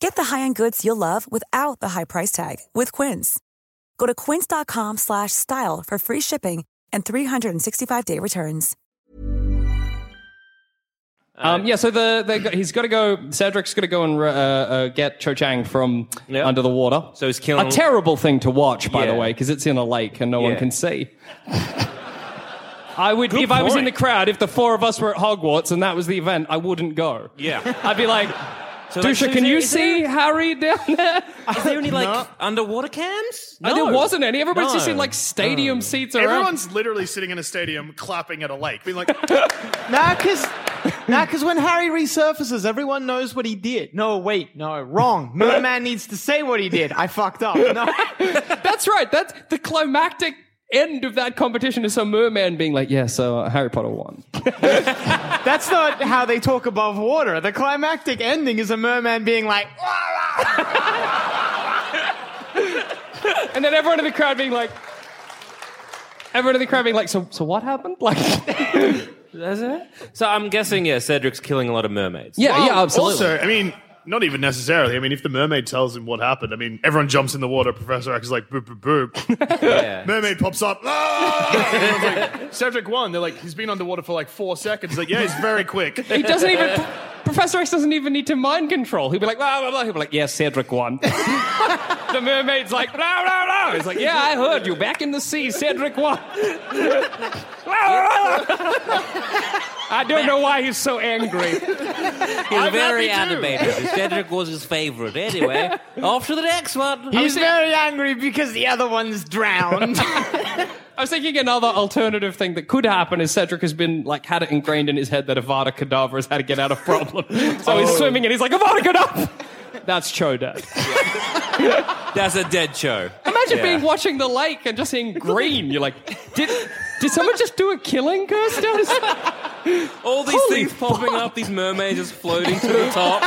S8: Get the high-end goods you'll love without the high price tag with Quince. Go to quince.com slash style for free shipping and 365-day returns.
S3: Um, yeah, so the, the he's got to go. Cedric's got to go and uh, uh, get Cho Chang from
S2: Yeah.
S3: under the water.
S2: So he's killing-
S3: a terrible thing to watch, by the
S2: Yeah.
S3: way, because it's in a lake and no one
S2: Yeah.
S3: can see. I would, if I was in the crowd, if the four of us were at Hogwarts and that was the event, I wouldn't go.
S2: Yeah.
S3: I'd be like,
S2: So, like,
S3: Dusha,
S2: so is
S3: can
S2: there-
S3: you
S2: is
S3: see
S2: there-
S3: Harry down there?
S2: Is there any like underwater cams?
S3: And there wasn't any. Everybody's just
S2: No.
S3: in like stadium seats around.
S4: Everyone's literally sitting in a stadium clapping at a lake, being like,
S6: Nah, cause, nah, 'cause when Harry resurfaces, everyone knows what he did. No, wait, no, wrong. Merman needs to say what he did. I fucked up. No.
S3: That's right. That's the climactic end of that competition is some merman being like, yeah, so uh, Harry Potter won.
S6: That's not how they talk above water. The climactic ending is a merman being like, "Ah,
S3: And then everyone in the crowd being like, everyone in the crowd being like, so, so what happened? Like,
S2: That's it. So I'm guessing yeah, Cedric's killing a lot of mermaids.
S3: yeah, yeah, absolutely.
S4: Also, I mean, not even necessarily. I mean, if the mermaid tells him what happened, I mean, everyone jumps in the water. Professor X is like, boop, boop, boop. Mermaid pops up. Ah! Everyone's like, Cedric won. They're like, he's been underwater for like four seconds. Like, yeah, he's very quick.
S3: he doesn't even. Professor X doesn't even need to mind control. He'll be like, blah, blah, blah. He'll be like, yeah, Cedric won. the mermaid's like, blah, blah, blah. He's like, yeah, I heard you. Back in the sea, Cedric won. I don't know why he's so angry.
S2: He's very
S4: happy too.
S2: animated. Cedric was his favorite. Anyway, off to the next one.
S6: he's very angry because the other one's drowned.
S3: I was thinking another alternative thing that could happen is Cedric has been like had it ingrained in his head that Avada Kedavra is how to get out of problem. So he's swimming and he's like Avada Kedavra. That's Choda.
S2: That's a dead show.
S3: Imagine
S2: Yeah.
S3: being watching the lake and just seeing green. You're like, did did someone just do a killing curse down his?
S2: All these
S3: Holy
S2: things popping up, these mermaids just floating to the top.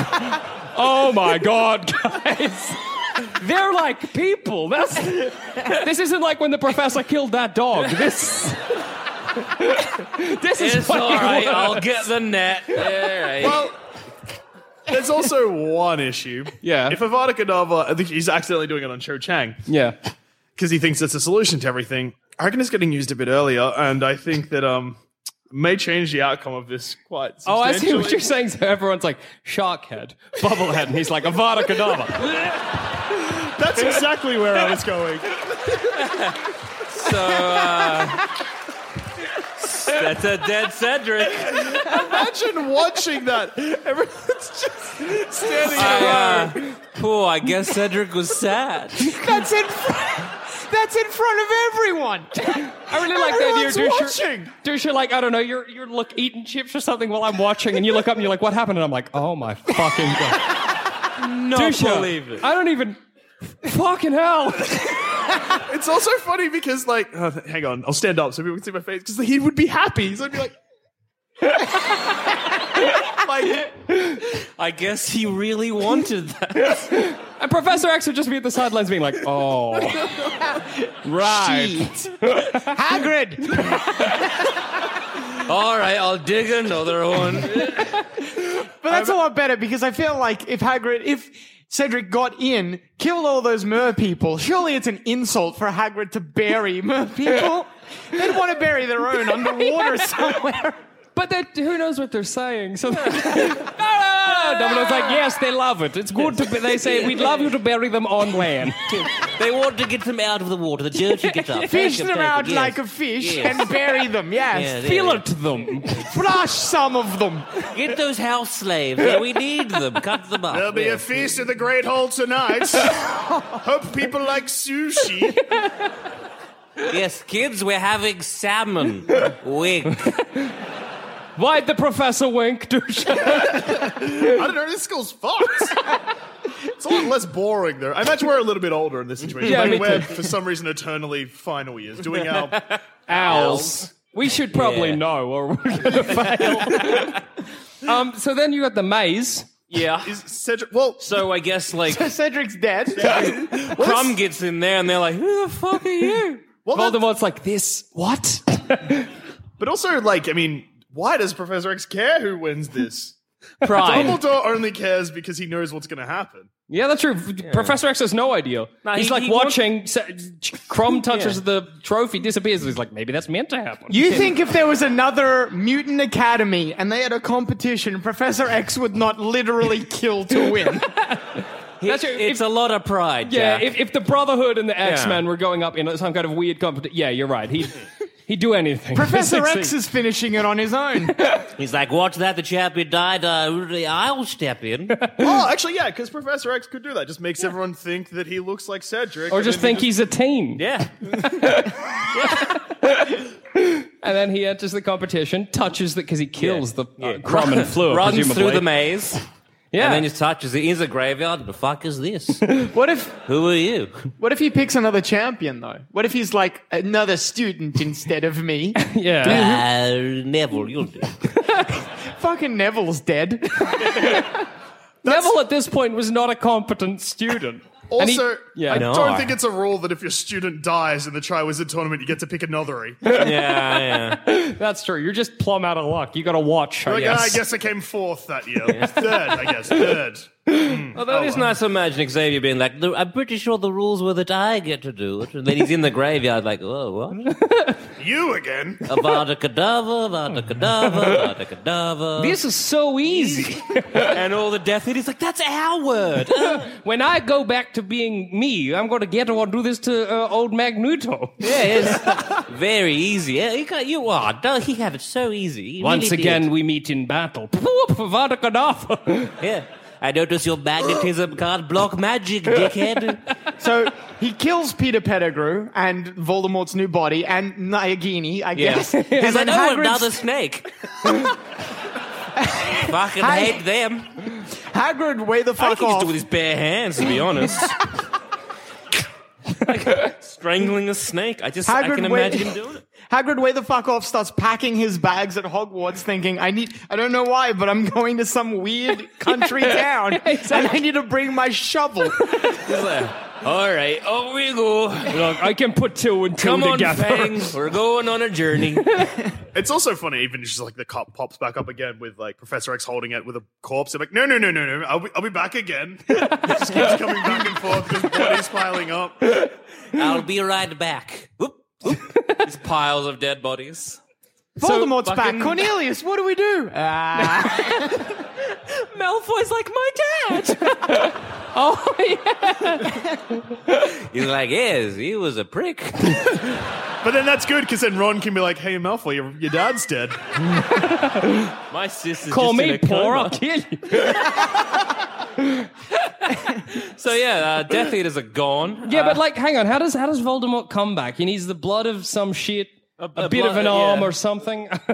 S3: Oh my god, guys. They're like people. That's this isn't like when the professor killed that dog. This this is
S2: It's all
S3: fucking
S2: right.
S3: worse.
S2: I'll get the net. All right.
S4: Well, there's also one issue.
S3: Yeah.
S4: If Avada Kedavra, I think he's accidentally doing it on Cho Chang
S3: Yeah.
S4: because he thinks it's a solution to everything. I reckon it's getting used a bit earlier, and I think that um may change the outcome of this quite.
S3: Oh, I see what
S4: substantially.
S3: you're saying. So everyone's like shark head, bubble head, and he's like Avada Kedavra.
S4: That's exactly where I was going.
S2: So uh, that's a dead Cedric.
S4: Imagine watching that. Everyone's just standing
S2: I, uh, poor. I guess Cedric was sad.
S6: that's in front. That's in front of everyone.
S3: I really like that
S4: Everyone's
S3: idea.
S4: watching.
S3: Dusha, Dusha, like I don't know, you're you're look eating chips or something while I'm watching, and you look up and you're like, "What happened?" And I'm like, "Oh my fucking god,
S2: Not
S3: Dusha,
S2: believe it.
S3: I don't even." Fucking hell!
S4: It's also funny because, like, oh, hang on, I'll stand up so people can see my face because he would be happy. So I'd be like, like,
S2: I guess he really wanted that.
S3: And Professor X would just be at the sidelines being like, oh. right.
S6: Hagrid.
S2: All right, I'll dig another one.
S6: But that's a lot better because I feel like if Hagrid, if Cedric got in, killed all those mer people, surely it's an insult for Hagrid to bury mer people. They'd want to bury their own underwater somewhere.
S3: But that, who knows what they're saying? So no, no, no, no. Domino's like, yes, they love it. It's good to. Be, they say we'd love you to bury them on land.
S2: They want to get them out of the water. The dirty get up.
S6: Fish
S2: Take
S6: them out
S2: take
S6: like a
S2: yes.
S6: fish
S2: Yes.
S6: and bury them.
S2: Yeah,
S6: Yes,
S2: there
S3: Feel
S2: we
S3: it to them.
S6: flush some of them.
S2: go. Get those house slaves. Yeah, we need them. Cut them up.
S4: there'll be a
S2: yes.
S4: feast in the Great Hall tonight. Hope people like sushi.
S2: Yes, kids, we're having salmon. Wink.
S3: Why'd the professor wink, douche?
S4: I don't know, this school's fucked. It's a lot less boring, though. I imagine we're a little bit older in this situation.
S3: Yeah,
S4: Like,
S3: me
S4: we're,
S3: too.
S4: for some reason, eternally final years, doing our
S3: Owls. We should probably
S2: Yeah.
S3: know, or we're going to fail. um, so then you got the maze.
S2: Yeah.
S4: Is Cedric? Well,
S2: So I guess like
S6: Cedric's dead.
S2: Crumb gets in there and they're like, who the fuck are you?
S4: well that-
S3: Voldemort's like this. What?
S4: but also, like, I mean, why does Professor X care who wins this?
S2: Pride.
S4: Dumbledore only cares because he knows what's going to happen.
S3: yeah, that's true. Professor X has no idea.
S2: Nah,
S3: he's
S2: he-
S3: like
S2: he
S3: watching. Se- Crumb touches the trophy, disappears. and He's like, maybe that's meant to happen.
S6: You think if there was another mutant academy and they had a competition, Professor X would not literally kill to win.
S3: that's true.
S2: It's
S3: If-
S2: a lot of pride.
S3: yeah,
S2: Jack.
S3: if, if the Brotherhood and the X Men were going up in some kind of weird competition, yeah, you're right. He he'd do anything.
S6: Professor X
S3: Succeed.
S6: is finishing it on his own.
S2: He's like, watch that, the champion died. Uh, I'll step in.
S4: Oh, actually, yeah, because Professor X could do that. Just makes everyone think that he looks like Cedric,
S3: or
S4: and
S3: just
S4: then he
S3: think he's a teen.
S2: yeah.
S3: And then he enters the competition, touches the because he kills the uh, crumb and fleur.
S2: Runs
S3: presumably.
S2: through the maze.
S3: Yeah.
S2: And then just touches it. He's a graveyard. The fuck is this?
S6: what if
S2: Who are you?
S6: what if he picks another champion though? What if he's like another student instead of me?
S3: yeah.
S2: Uh, Neville, you'll do.
S6: Fucking Neville's dead.
S3: Neville at this point was not a competent student. And he-
S4: Also,
S3: yeah,
S4: I
S2: No.
S4: don't think it's a rule that if your student dies in the Triwizard Tournament, you get to pick anothery.
S2: Yeah, yeah.
S3: that's true. You're just plumb out of luck. You got to watch. I
S4: Like,
S3: guess.
S4: I guess I came fourth that year. Third, I guess. Third.
S2: Although it
S3: Oh,
S2: is nice to imagine Xavier being like, "The- I'm pretty sure the rules were that I get to do it. And then he's in the graveyard like, oh, what?
S4: You again?
S2: Avada Kedavra, Avada Kedavra, Avada Kedavra.
S3: This is so easy.
S2: and all the Death Eaters like, that's our word. Uh,
S3: when I go back to being me, I'm going to get on do this to uh, old Magneto.
S2: yeah, it's very easy. Yeah, you, got, you are. No, he had it so easy. He
S3: Once
S2: really did.
S3: again, we meet in battle. Vada Kedavra.
S2: Yeah. I notice your magnetism can't block magic, dickhead.
S6: So he kills Peter Pettigrew and Voldemort's new body and Nagini, I
S2: Yeah.
S6: guess.
S2: He's
S6: And
S2: like,
S6: then
S2: oh,
S6: Hagrid's-
S2: another snake. Fucking
S6: Hi.
S2: hate them.
S6: Hagrid, way the
S2: I
S6: fuck
S2: think he's
S6: off.
S2: doing his bare hands, to be honest. strangling a snake. I just I
S6: Hagrid
S2: can
S6: went-
S2: imagine him doing it.
S6: Hagrid, way the fuck off, starts packing his bags at Hogwarts, thinking, I need, I don't know why, but I'm going to some weird country town, and I need to bring my shovel.
S2: He's like, all right, over we go.
S3: Look, I can put two and two
S2: Come on,
S3: together.
S2: Fangs. We're going on a journey.
S4: It's also funny, even just like the cop pops back up again with like Professor X holding it with a corpse. I'm like, no, no, no, no, no. I'll be, I'll be back again. It just keeps coming back and forth because body's piling up.
S2: I'll be right back. Whoop, whoop. These piles of dead bodies.
S6: Voldemort's
S2: fucking-
S6: back. Cornelius, what do we do? Ah.
S2: Malfoy's like my dad.
S3: Oh yeah.
S2: He's like, yes, he was a prick.
S4: But then that's good because then Ron can be like, hey, Malfoy, your, your dad's dead.
S2: My sister's
S3: Call
S2: just in
S3: me
S2: a coma.
S3: poor. I'll kill you.
S2: So yeah, uh, Death Eaters are gone.
S3: Yeah, but like, hang on. How does how does Voldemort come back? He needs the blood of some shit, a,
S2: a
S3: bit of
S2: blood-
S3: an arm
S2: yeah.
S3: or something.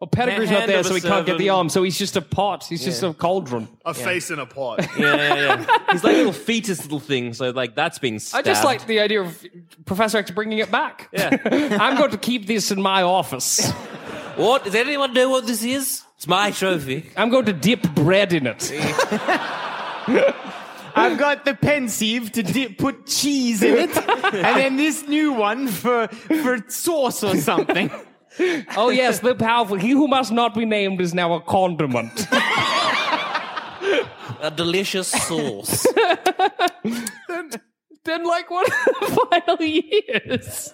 S3: well, Pettigrew's
S2: Hand
S3: not there,
S2: of a
S3: so he can't get the
S2: servant.
S3: arm. So he's just a pot. He's just a cauldron.
S4: A face in a pot.
S2: Yeah, yeah, yeah. He's like a little fetus, little thing. So like that's been.
S3: I
S2: Stabbed.
S3: just like the idea of Professor X bringing it back.
S2: Yeah.
S3: I'm going to keep this in my office.
S2: What does anyone know what this is? It's my trophy.
S3: I'm going to dip bread in it.
S6: I've got the pensieve to dip, put cheese in it, and then this new one for for sauce or something.
S3: oh yes, the powerful. He who must not be named is now a condiment.
S2: A delicious sauce.
S3: then like what? Final years.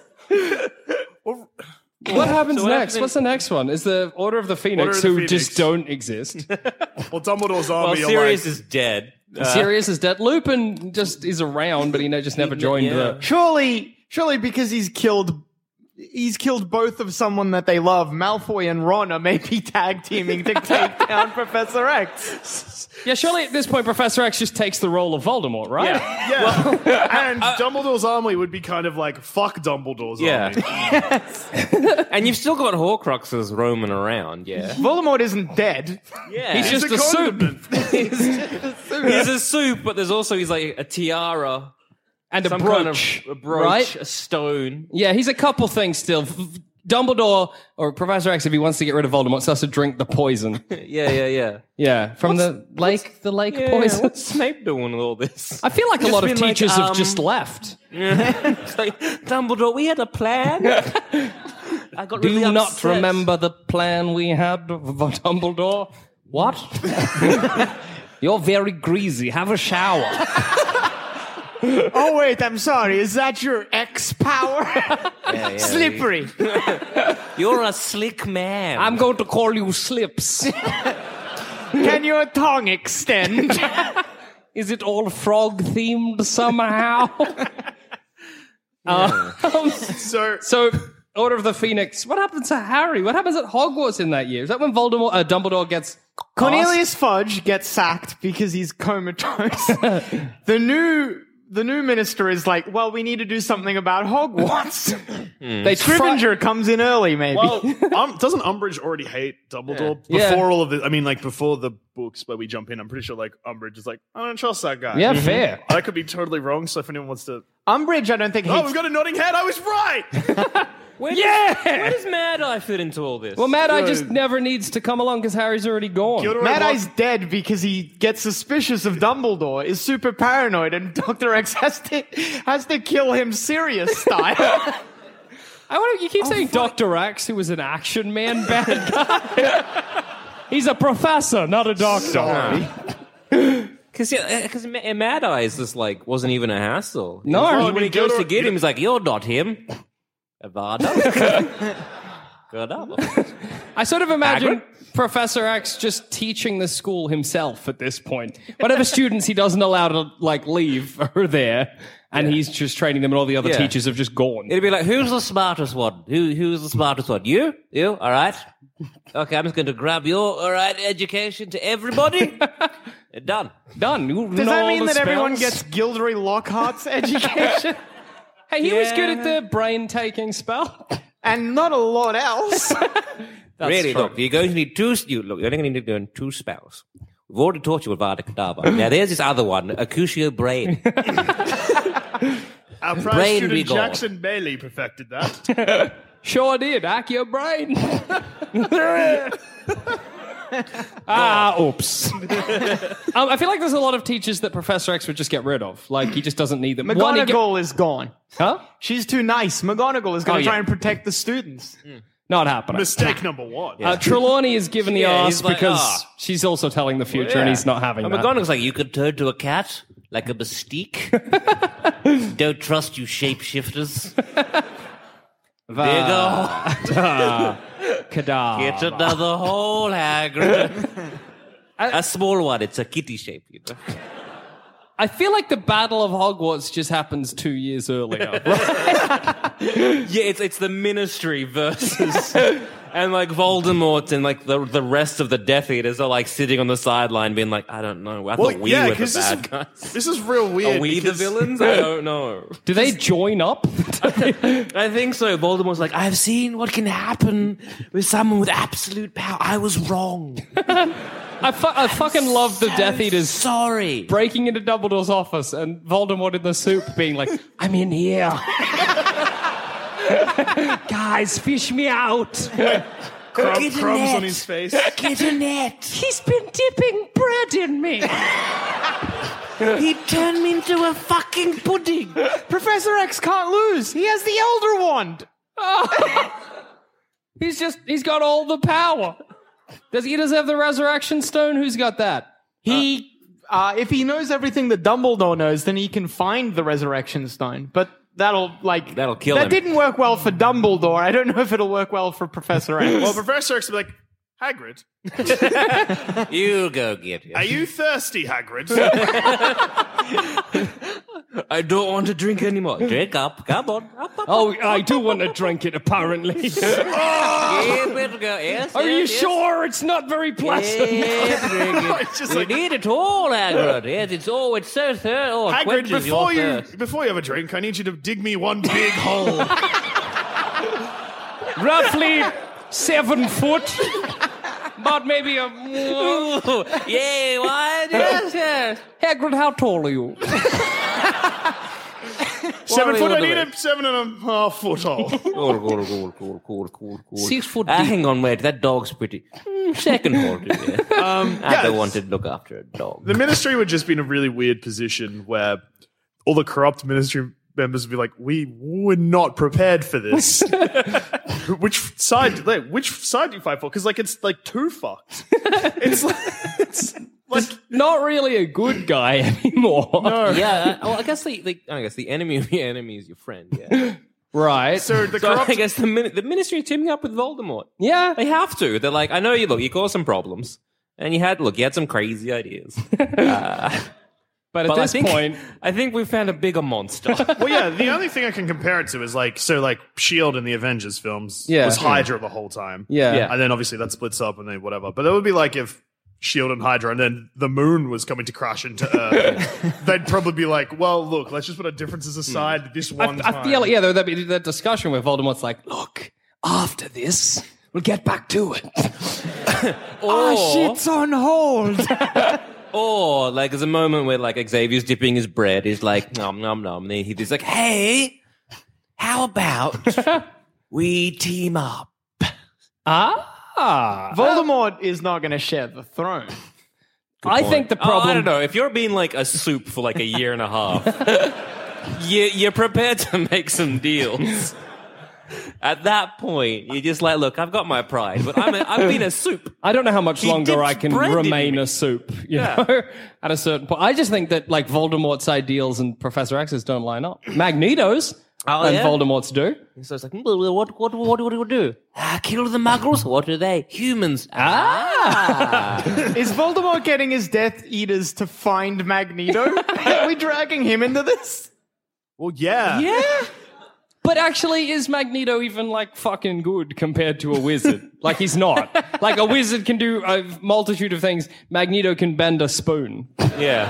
S3: What happens
S2: what
S3: next?
S2: happened in-
S3: What's the next one? Is the Order of the Phoenix
S4: of the
S3: who
S4: Phoenix.
S3: just don't exist?
S4: Well, Dumbledore's
S2: well,
S4: army are like,
S2: Sirius is dead.
S3: Sirius is dead. Lupin just is around, but he ne- just never joined
S2: yeah.
S3: the.
S6: Surely, surely because he's killed he's killed both of someone that they love. Malfoy and Ron are maybe tag teaming to take down Professor X.
S3: Yeah, surely at this point, Professor X just takes the role of Voldemort, right?
S4: Yeah. and Dumbledore's army would be kind of like, fuck Dumbledore's
S2: Uh, Yeah.
S4: army.
S2: And you've still got Horcruxes roaming around, yeah.
S6: Voldemort isn't dead.
S2: Yeah.
S3: He's just
S4: a
S3: a, soup
S4: condiment.
S2: he's a soup, but there's also he's like a tiara,
S3: and a
S2: some
S3: brooch,
S2: kind of a brooch,
S3: right?
S2: a stone.
S3: Yeah, he's a couple things still. Dumbledore or Professor X, if he wants to get rid of Voldemort, starts to drink the poison.
S2: Yeah, yeah, yeah.
S3: Yeah, from the lake, the lake
S2: yeah
S3: poison.
S2: what's Snape doing with all this?
S3: I feel like a
S2: Just
S3: lot of
S2: been like,
S3: teachers
S2: um,
S3: have just left.
S2: it's like Dumbledore, we had a plan. I got
S3: Do
S2: really
S3: you not
S2: upset.
S3: remember the plan we had for Dumbledore? What? You're very greasy. Have a shower.
S6: Oh wait, I'm sorry. Is that your X power? Slippery.
S2: You're a slick man.
S3: I'm going to call you Slips.
S6: Can your tongue extend?
S3: Is it all frog themed somehow? Um,
S4: So,
S3: so, Order of the Phoenix. What happened to Harry? What happens at Hogwarts in that year? Is that when Voldemort, uh, Dumbledore gets
S6: Cornelius Fudge gets sacked because he's comatose. the new the new minister is like, well, we need to do something about Hogwarts.
S3: They
S6: Scrivenger comes in early, maybe.
S4: well, um, doesn't Umbridge already hate Dumbledore?
S3: Yeah.
S4: Before all of this, I mean, like, before the books where we jump in, I'm pretty sure, like, Umbridge is like, I don't trust that guy. Mm-hmm.
S3: Yeah, fair.
S4: I could be totally wrong, so if anyone wants to.
S6: Umbridge, I don't think
S4: Oh,
S6: hates
S4: we've got a nodding head. I was right.
S2: Where Does, where
S3: Yeah!
S2: does Mad Eye fit into all this?
S3: Well, Mad Eye just never needs to come along because Harry's already gone.
S4: Gilderoy
S6: Mad
S4: Lockhart-
S6: Eye's dead because he gets suspicious of Dumbledore, is super paranoid, and Dr. X has to, has to kill him serious style.
S3: I want to, you keep
S6: Oh,
S3: saying Dr. X, who was an action man bad guy. He's a professor, not a doctor.
S2: Because yeah, because Mad Eye is just like wasn't even a hassle.
S3: No,
S2: He-
S3: I
S2: when
S3: mean,
S2: he goes to
S4: Gilderoy-
S2: get him, he's like, "You're not him." Avada. Good up.
S3: I sort of imagine Professor X just teaching the school himself at this point. Whatever students he doesn't allow to like leave are there, and he's just training them, and all the other
S2: Yeah.
S3: teachers have just gone.
S2: It'd be like, "Who's the smartest one? Who who's the smartest one? You? You? All right. Okay, I'm just going to grab your all right education to everybody. And Done.
S3: Done. You
S6: Does
S3: know
S6: that
S3: all
S6: mean
S3: the
S6: that everyone
S3: spells?
S6: gets Gilderoy Lockhart's education?
S3: Hey, he was good at the brain taking spell.
S6: and not a lot else.
S2: really, look, you're going to need two. You, look, you're only going to need to learn two spells. We've already taught you Avada Kedavra. now there's this other one, Acutio Brain.
S4: Our proud
S2: Brain
S4: student
S2: wiggle.
S4: Jackson Bailey perfected that.
S3: Sure did. Hack your brain. ah, oops. um, I feel like there's a lot of teachers that Professor X would just get rid of. Like he just doesn't need them. One, he get-
S6: McGonagall is gone.
S3: huh?
S6: She's too nice. McGonagall is going
S3: Oh,
S6: to
S3: yeah.
S6: try and protect the students.
S3: Not happening.
S4: Mistake number one.
S3: Uh, Trelawney is given the
S2: Yeah,
S3: arse
S2: he's like,
S3: because
S2: "Ah."
S3: she's also telling the future, and he's not having
S2: And
S3: that.
S2: McGonagall's like, you could turn to a cat, like a mystique. Don't trust you shapeshifters. There you go.
S3: Uh, Kadar.
S2: It's another hole, Hagrid. a small one. It's a kitty shape. You know?
S3: I feel like the Battle of Hogwarts just happens two years earlier.
S2: Yeah, it's it's the Ministry versus. And like Voldemort and like the the rest of the Death Eaters are like sitting on the sideline, being like, I don't know. I
S4: Well,
S2: thought we
S4: yeah,
S2: were the
S4: 'cause this
S2: bad
S4: is-
S2: guys.
S4: This is real weird.
S2: Are we the
S4: because-
S2: villains? I don't know.
S3: Do they join up?
S2: I think so. Voldemort's like, I've seen what can happen with someone with absolute power. I was wrong.
S3: I, fu- I fucking love the Death Eaters
S2: Sorry.
S3: breaking into Dumbledore's office and Voldemort in the soup being like, I'm in here. Guys, fish me out.
S4: Crumb-
S2: Get a
S4: crumbs on
S2: net.
S4: his face.
S2: Get a net.
S3: He's been dipping bread in me.
S2: He turned me into a fucking pudding.
S6: Professor X can't lose. He has the Elder Wand.
S3: He's just, he's got all the power. Does he does have the resurrection stone? Who's got that?
S6: He, uh, if he knows everything that Dumbledore knows, then he can find the Resurrection Stone. But that'll like
S2: That'll kill
S6: That
S2: him.
S6: didn't work well for Dumbledore. I don't know if it'll work well for Professor X.
S4: Well, Professor X would be like, Hagrid,
S2: You go get
S4: are
S2: it.
S4: you thirsty, Hagrid?
S2: I don't want to drink anymore. Drink up. Come on. Up, up,
S3: Oh, I do want to drink it, apparently.
S2: Give it a go. Yes,
S3: Are you
S2: yes, yes.
S3: sure it's not very pleasant?
S2: Yeah, drink it.
S4: Oh, It's just
S2: we
S4: like-
S2: need it all, Hagrid. Yes, it's all. It's so third. Oh, it
S4: Hagrid,
S2: quenches your
S4: before you
S2: thirst.
S4: before you have a drink, I need you to dig me one big hole.
S3: Roughly seven foot. But maybe a.
S2: Ooh, Yay! What? Yes, yes.
S3: Hagrid, how tall are you?
S4: Seven
S2: we
S4: foot. I
S2: all
S4: need
S2: doing?
S4: a seven and a half foot hole.
S2: Cool, cool, cool, cool, cool, cool, cool.
S3: Six foot
S2: Ah,
S3: deep.
S2: hang on, wait. That dog's pretty. Mm, Second hold. Yeah. Um, I
S4: yes.
S2: don't want to look after a dog.
S4: the ministry would just be in a really weird position where all the corrupt ministry members would be like, "We were not prepared for this." which side? Like, which side do you fight for? Because like it's like too fucked. it's like it's like
S3: Not really a good guy anymore.
S2: yeah. I, well, I guess the, the I guess the enemy of your enemy is your friend. Yeah.
S3: Right.
S4: so the
S2: so
S4: corrupt.
S2: I guess the min- the ministry is teaming up with Voldemort.
S3: yeah.
S2: They have to. They're like, I know you. Look, you caused some problems, and you had look, you had some crazy ideas.
S3: But at
S2: But I
S3: this
S2: think
S3: point,
S2: I think we found a bigger monster.
S4: well, yeah. The only thing I can compare it to is like so like Shield E in the Avengers films
S3: Yeah.
S4: was Hydra the whole time.
S3: yeah.
S2: Yeah.
S4: And then obviously that splits up and then whatever. But that would be like if Shield E and Hydra and then the moon was coming to crash into Earth. they'd probably be like, well, look, let's just put our differences aside this one
S3: I
S4: time.
S3: feel like, yeah, there- there'd be that discussion where Voldemort's like, look, after this, we'll get back to it.
S2: or,
S6: on hold.
S2: or like there's a moment where like Xavier's dipping his bread. He's like nom nom nom. And then he's like, hey, how about we team up?
S3: Ah.
S6: Voldemort is not going to share the throne.
S3: I think the problem.
S2: Oh, I don't know. If you're being like a soup for like a year and a half, you, you're prepared to make some deals. At that point, you're just like, look, I've got my pride, but I'm a, I've been a soup.
S3: I don't know how much
S2: He
S3: longer
S2: dips
S3: I can
S2: bread in
S3: remain
S2: me.
S3: a soup, you
S2: Yeah.
S3: know, at a certain point. I just think that, like, Voldemort's ideals and Professor X's don't line up. Magneto's
S2: Oh,
S3: and
S2: yeah?
S3: Voldemort's do.
S2: So it's like, "Hmm, well, what, what, what, what do we do? Ah, kill the muggles? What are they? Humans. Ah!
S6: Is Voldemort getting his Death Eaters to find Magneto? Are we dragging him into this?
S4: well, yeah. Yeah.
S3: But actually, is Magneto even, like, fucking good compared to a wizard? like, he's not. Like, a wizard can do a multitude of things. Magneto can bend a spoon.
S2: yeah.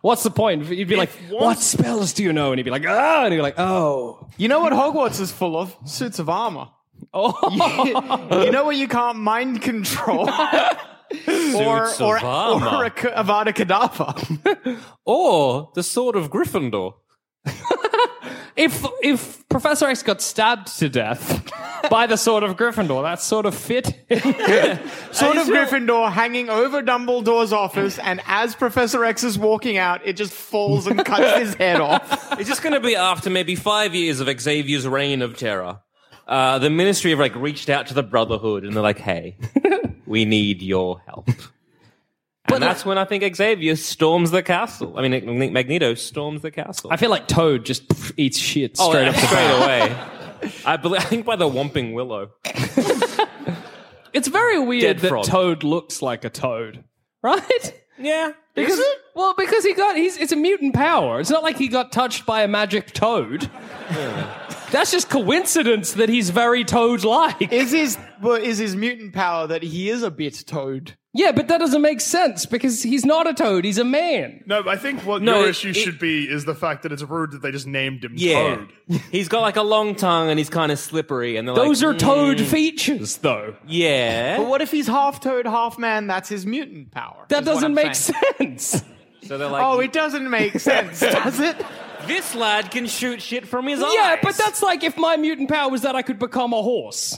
S3: What's the point? You'd be like, what spells do you know? And he'd be like, oh, and he'd be like, oh.
S6: You know what Hogwarts is full of? Suits of armor.
S3: Oh,
S6: you know what you can't mind control? or,
S2: Suits of
S6: or,
S2: armor.
S6: or a ca- Avada Kedavra.
S2: Or the sword of Gryffindor.
S3: if if Professor X got stabbed to death by the sword of Gryffindor, that's sort of fit.
S6: Sort of Gryffindor hanging over Dumbledore's office, and as Professor X is walking out, it just falls and cuts his head off.
S2: It's just going to be after maybe five years of Xavier's reign of terror. Uh, the Ministry have like reached out to the Brotherhood and they're like, "Hey, we need your help." And that's when I think Xavier storms the castle. I mean, I think Magneto storms the castle. Oh,
S3: I feel like Toad just pff, eats shit straight
S2: yeah,
S3: up the
S2: straight
S3: bat.
S2: away. I, believe, I think by the Whomping Willow.
S3: It's very weird
S2: Dead
S3: that
S2: frog.
S3: Toad looks like a toad, right?
S2: Yeah,
S3: Because, Well, because he got he's it's a mutant power. It's not like he got touched by a magic toad. That's just coincidence that he's very toad-like.
S6: Is his, well, is his mutant power that he is a bit toad?
S3: yeah, but that doesn't make sense because he's not a toad. He's a man.
S4: No, but I think what
S2: No,
S4: your
S2: it-
S4: issue
S2: it-
S4: should be is the fact that it's rude that they just named him
S2: yeah.
S4: Toad.
S2: He's got like a long tongue and he's kind of slippery. And they're
S3: Those
S2: like, "Mm,
S3: are toad features, though.
S2: yeah.
S6: But what if he's half toad, half man? That's his mutant power.
S3: That
S6: is what
S3: doesn't
S6: I'm
S3: make
S6: saying.
S3: sense.
S2: so they're like,
S6: Oh, it doesn't make sense, does it?
S2: this lad can shoot shit from his eyes.
S3: Yeah, but that's like if my mutant power was that I could become a horse.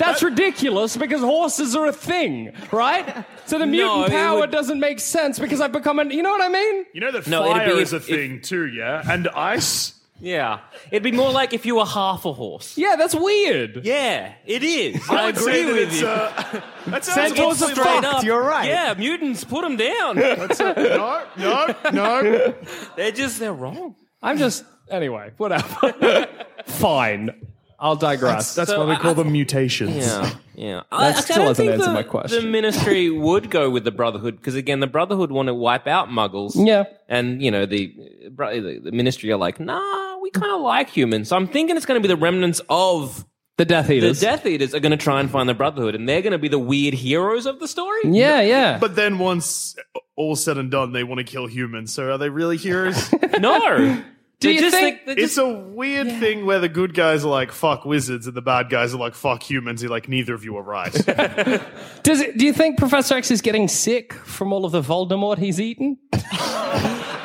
S3: That's ridiculous because horses are a thing, right? So the mutant
S2: it
S3: power
S2: would-
S3: doesn't make sense because I've become an. You know what I mean?
S4: You know that
S2: No, it'd
S4: fire
S2: be
S4: is a
S2: if- if-
S4: thing too, yeah? And ice?
S2: Yeah. It'd be more like if you were half a horse.
S3: Yeah, that's weird.
S2: Yeah, it is.
S4: I
S2: I,
S4: would
S2: agree
S4: say that
S2: with
S4: it's,
S2: you.
S4: Uh, that sounds
S6: Centaurs
S4: awfully
S6: are
S4: like-
S6: fucked, you're right.
S2: Yeah, mutants, put them down.
S4: No, no, no.
S2: they're just, they're wrong.
S3: I'm just anyway, whatever. Fine. I'll digress.
S4: That's
S2: So
S4: why we
S2: I-
S4: call them mutations.
S2: Yeah, yeah.
S3: That still
S2: don't
S3: doesn't
S2: think
S3: answer
S2: the,
S3: my question.
S2: The ministry would go with the Brotherhood because again, the Brotherhood want to wipe out Muggles.
S3: Yeah.
S2: and you know the bro- the, the ministry are like, nah, we kind of like humans. So I'm thinking it's going to be the remnants of
S3: the Death
S2: the
S3: Eaters.
S2: Death Eaters are going to try and find the Brotherhood, and they're going to be the weird heroes of the story.
S3: yeah, yeah.
S4: But then once all said and done, they want to kill humans. So are they really heroes?
S2: No.
S3: Do
S2: They
S3: you
S2: just
S3: think-
S2: they
S4: it's a weird thing where the good guys are like fuck wizards and the bad guys are like fuck humans. You're like neither of you are right.
S3: Does it, do you think Professor X is getting sick from all of the Voldemort he's eaten?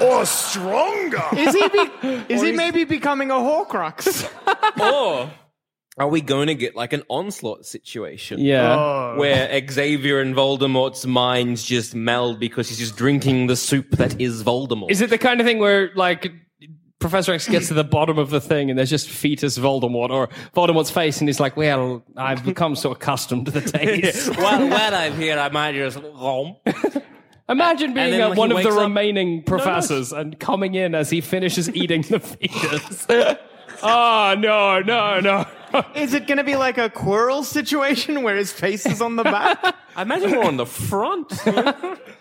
S4: or stronger.
S6: Is he, be- is he maybe becoming a Horcrux?
S2: or are we going to get like an onslaught situation?
S3: Yeah.
S4: Oh.
S2: Where Xavier and Voldemort's minds just meld because he's just drinking the soup that is Voldemort.
S3: Is it the kind of thing where like Professor X gets to the bottom of the thing and there's just fetus Voldemort or Voldemort's face and he's like, well, I've become so accustomed to the taste.
S2: while, while I'm here, I might just gulp.
S3: Imagine
S2: And
S3: being
S2: then
S3: uh,
S2: when he
S3: one of the
S2: wakes up-
S3: remaining professors and coming in as he finishes eating the fetus. oh, no, no, no.
S6: Is it going to be like a Quirrell situation where his face is on the back?
S2: I imagine we're on the front.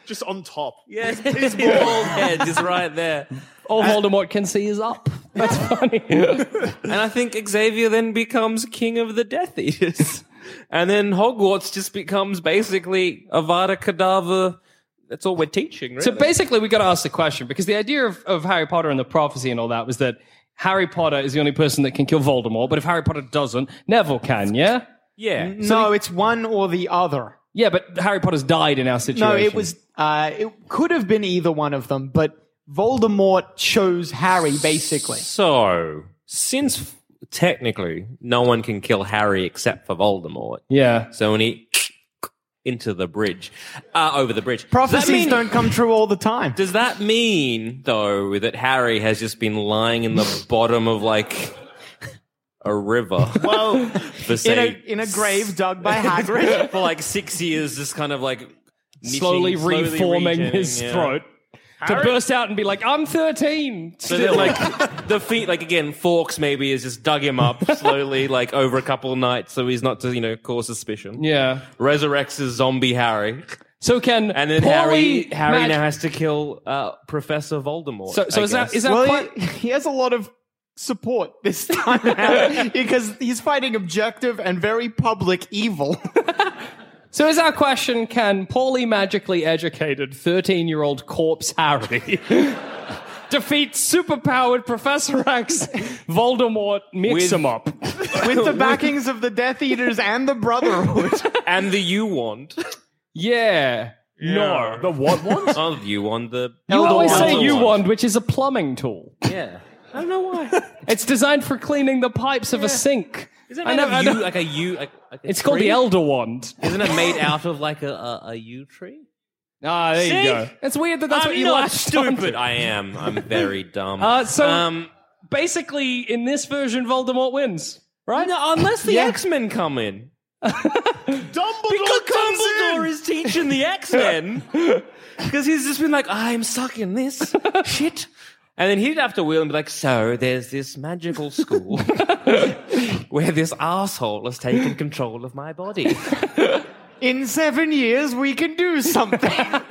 S4: Just on top.
S2: yes, his bald head is right there.
S3: All Voldemort can see is up. That's funny.
S2: And I think Xavier then becomes king of the Death Eaters. and then Hogwarts just becomes basically Avada Kedavra. That's all we're teaching, really.
S3: So basically, we got to ask the question because the idea of, of Harry Potter and the prophecy and all that was that Harry Potter is the only person that can kill Voldemort, but if Harry Potter doesn't, Neville can, yeah?
S2: yeah.
S6: no, it's one or the other.
S3: Yeah, but Harry Potter's died in our situation.
S6: No, it was. Uh, it could have been either one of them, but Voldemort chose Harry basically.
S2: So, since f- technically no one can kill Harry except for Voldemort,
S3: Yeah.
S2: so when he into the bridge, uh, over the bridge.
S6: Prophecies
S2: Does that mean-
S6: don't come true all the time.
S2: Does that mean, though, that Harry has just been lying in the bottom of like a river
S6: Well,
S2: for
S6: in
S2: say,
S6: a in a grave dug by Hagrid.
S2: for like six years, just kind of like niching,
S3: Slowly, reforming
S2: regenerating,
S3: his
S2: yeah.
S3: throat to burst out and be like, I'm 13.
S2: So then, like the feet, like again, Forks maybe has just dug him up slowly, like over a couple of nights, so he's not to you know cause suspicion.
S3: yeah.
S2: Resurrects his zombie Harry,
S3: So can.
S2: and then Harry
S3: Paulie
S2: Harry
S3: Mag-
S2: now has to kill uh, Professor Voldemort.
S3: So, so
S2: I
S3: is that,
S2: guess.
S3: is that
S6: well,
S3: quite-
S6: he, he has a lot of support this time around because he's fighting objective and very public evil.
S3: So is our question, can poorly magically educated 13-year-old corpse Harry defeat superpowered Professor X, Voldemort, mix
S2: With-
S3: him up?
S6: With the backings of the Death Eaters and the Brotherhood.
S2: and the you wand?
S3: Yeah. No.
S4: The what one?
S2: oh, the you wand the
S3: You always
S2: wand.
S3: say
S2: Elder
S3: U
S2: wand.
S3: wand, which is a plumbing tool.
S2: yeah. I don't know why.
S3: It's designed for cleaning the pipes of a sink.
S2: Is it made
S3: I know- I
S2: of you
S3: know-
S2: like a you? Like, like a
S3: It's called the
S2: tree?
S3: Elder Wand.
S2: Isn't it made out of like a a, a yew tree?
S3: Ah, there
S2: See?
S3: you go. It's weird that that's
S2: I'm
S3: what you
S2: not
S3: latched onto.
S2: stupid. I am. I'm very dumb.
S3: Uh, so-
S2: um,
S3: Basically, in this version, Voldemort wins. Right?
S2: no, unless the
S3: Yeah.
S2: X Men come in,
S4: Dumbledore
S2: because
S4: comes
S2: Dumbledore
S4: in.
S2: is teaching the X Men, because he's just been like, I'm sucking this shit. And then he'd have to wheel and be like, so there's this magical school where this asshole has taken control of my body.
S6: In seven years, we can do something.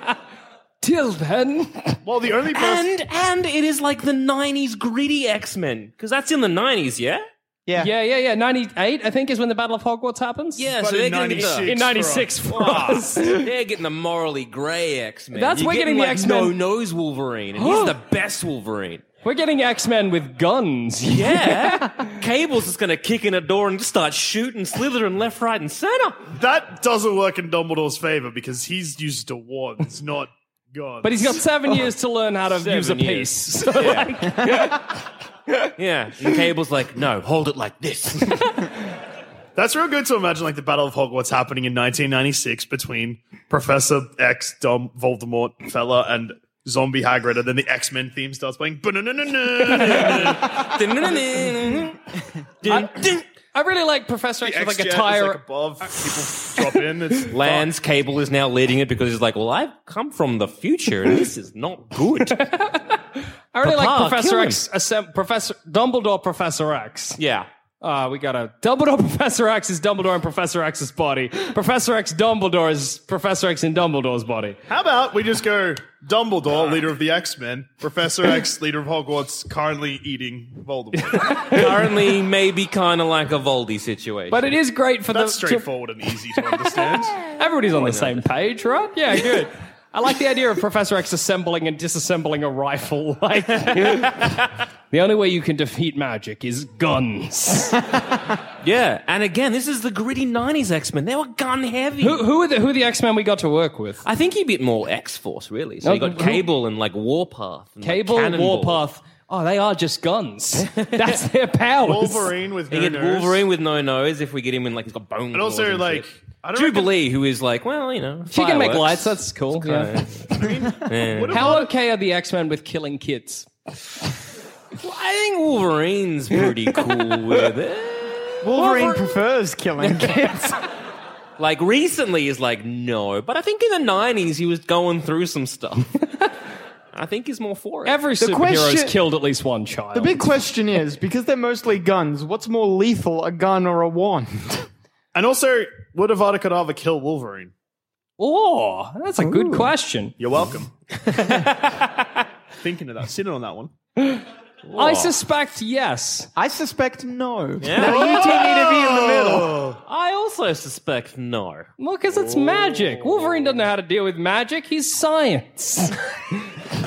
S3: Till then.
S4: Well, the only person.
S2: and and it is like the 90s gritty X-Men because that's in the 90s, yeah?
S3: Yeah, yeah, yeah. 98, I think, is when the Battle of Hogwarts happens.
S2: Yeah,
S4: But
S2: so they're
S4: in
S2: getting the,
S3: In 96 for us.
S2: they're getting the morally gray X-Men.
S3: That's-
S2: You're
S3: we're getting the
S2: like,
S3: X-Men-
S2: No nose Wolverine, and he's the best Wolverine.
S3: We're getting X Men with guns.
S2: Yeah, Cable's just gonna kick in a door and just start shooting Slytherin left, right, and center.
S4: That doesn't work in Dumbledore's favor because he's used to wands, not guns.
S3: But he's got seven years to learn how to use a
S2: Seven years.
S3: piece. So, like,
S2: Yeah, and Cable's like, no, hold it like this.
S4: That's real good to imagine, like the Battle of Hogwarts happening in 1996 between Professor X, Dom Voldemort fella, and Zombie Hagrid, and then the X Men theme starts playing.
S2: Dun-dun-dun-dun. Dun-dun.
S3: I really like Professor X with like a tire.
S4: like above. People drop in. It's
S2: Lance Cable is now leading it because he's like, well, I've come from the future, and this is not good.
S3: I
S2: Papa,
S3: really like Professor
S2: kill
S3: X, assemb- Professor Dumbledore, Professor X.
S2: Yeah.
S3: Uh, we got a Dumbledore Professor X is Dumbledore in Professor X's body. Professor X Dumbledore is Professor X in Dumbledore's body.
S4: How about we just go Dumbledore, leader of the X Men, Professor X, leader of Hogwarts, currently eating Voldemort.
S2: Currently, maybe kind of like a Voldy situation.
S3: But it is great for
S4: That's
S3: the to-
S4: straightforward and easy to understand.
S3: everybody's on the same page, right? Yeah, good. I like the idea of Professor X assembling and disassembling a rifle. Like, the only way you can defeat magic is guns.
S2: yeah, and again, this is the gritty '90s X-Men. They were gun heavy.
S3: who, who are the who are the X Men we got to work with?
S2: I think you bit more X Force, really. So
S3: No,
S2: you got
S3: who-
S2: Cable and like Warpath. And,
S3: Cable,
S2: like, Cannonball.
S3: Warpath. Oh, they are just guns. That's their powers.
S4: Wolverine with
S2: You
S4: no
S2: get
S4: nose.
S2: Wolverine with no nose if we get him in like he's got bones.
S4: and also like I don't
S2: Jubilee, who is like, well, you know,
S3: She can make
S2: fireworks.
S3: lights. That's cool. yeah.
S4: reckon- what
S3: How
S4: about-
S3: okay are the X Men with killing kids?
S2: I think Wolverine's pretty cool with it.
S6: Wolverine prefers killing kids.
S2: Like recently is like no, but I think in the nineties he was going through some stuff. I think he's more for it.
S3: Every
S6: The
S3: superhero's
S6: question-
S3: killed at least one child.
S6: the big question is because they're mostly guns, what's more lethal, a gun or a wand?
S4: and also would Avada Kedavra kill Wolverine?
S3: Oh, that's a good question.
S4: You're welcome. Thinking of that, sitting on that one.
S3: I suspect yes.
S6: I suspect no.
S2: Yeah.
S6: You two need to be in the middle.
S2: I also suspect no.
S3: Well, because it's magic. Wolverine doesn't know how to deal with magic. He's science.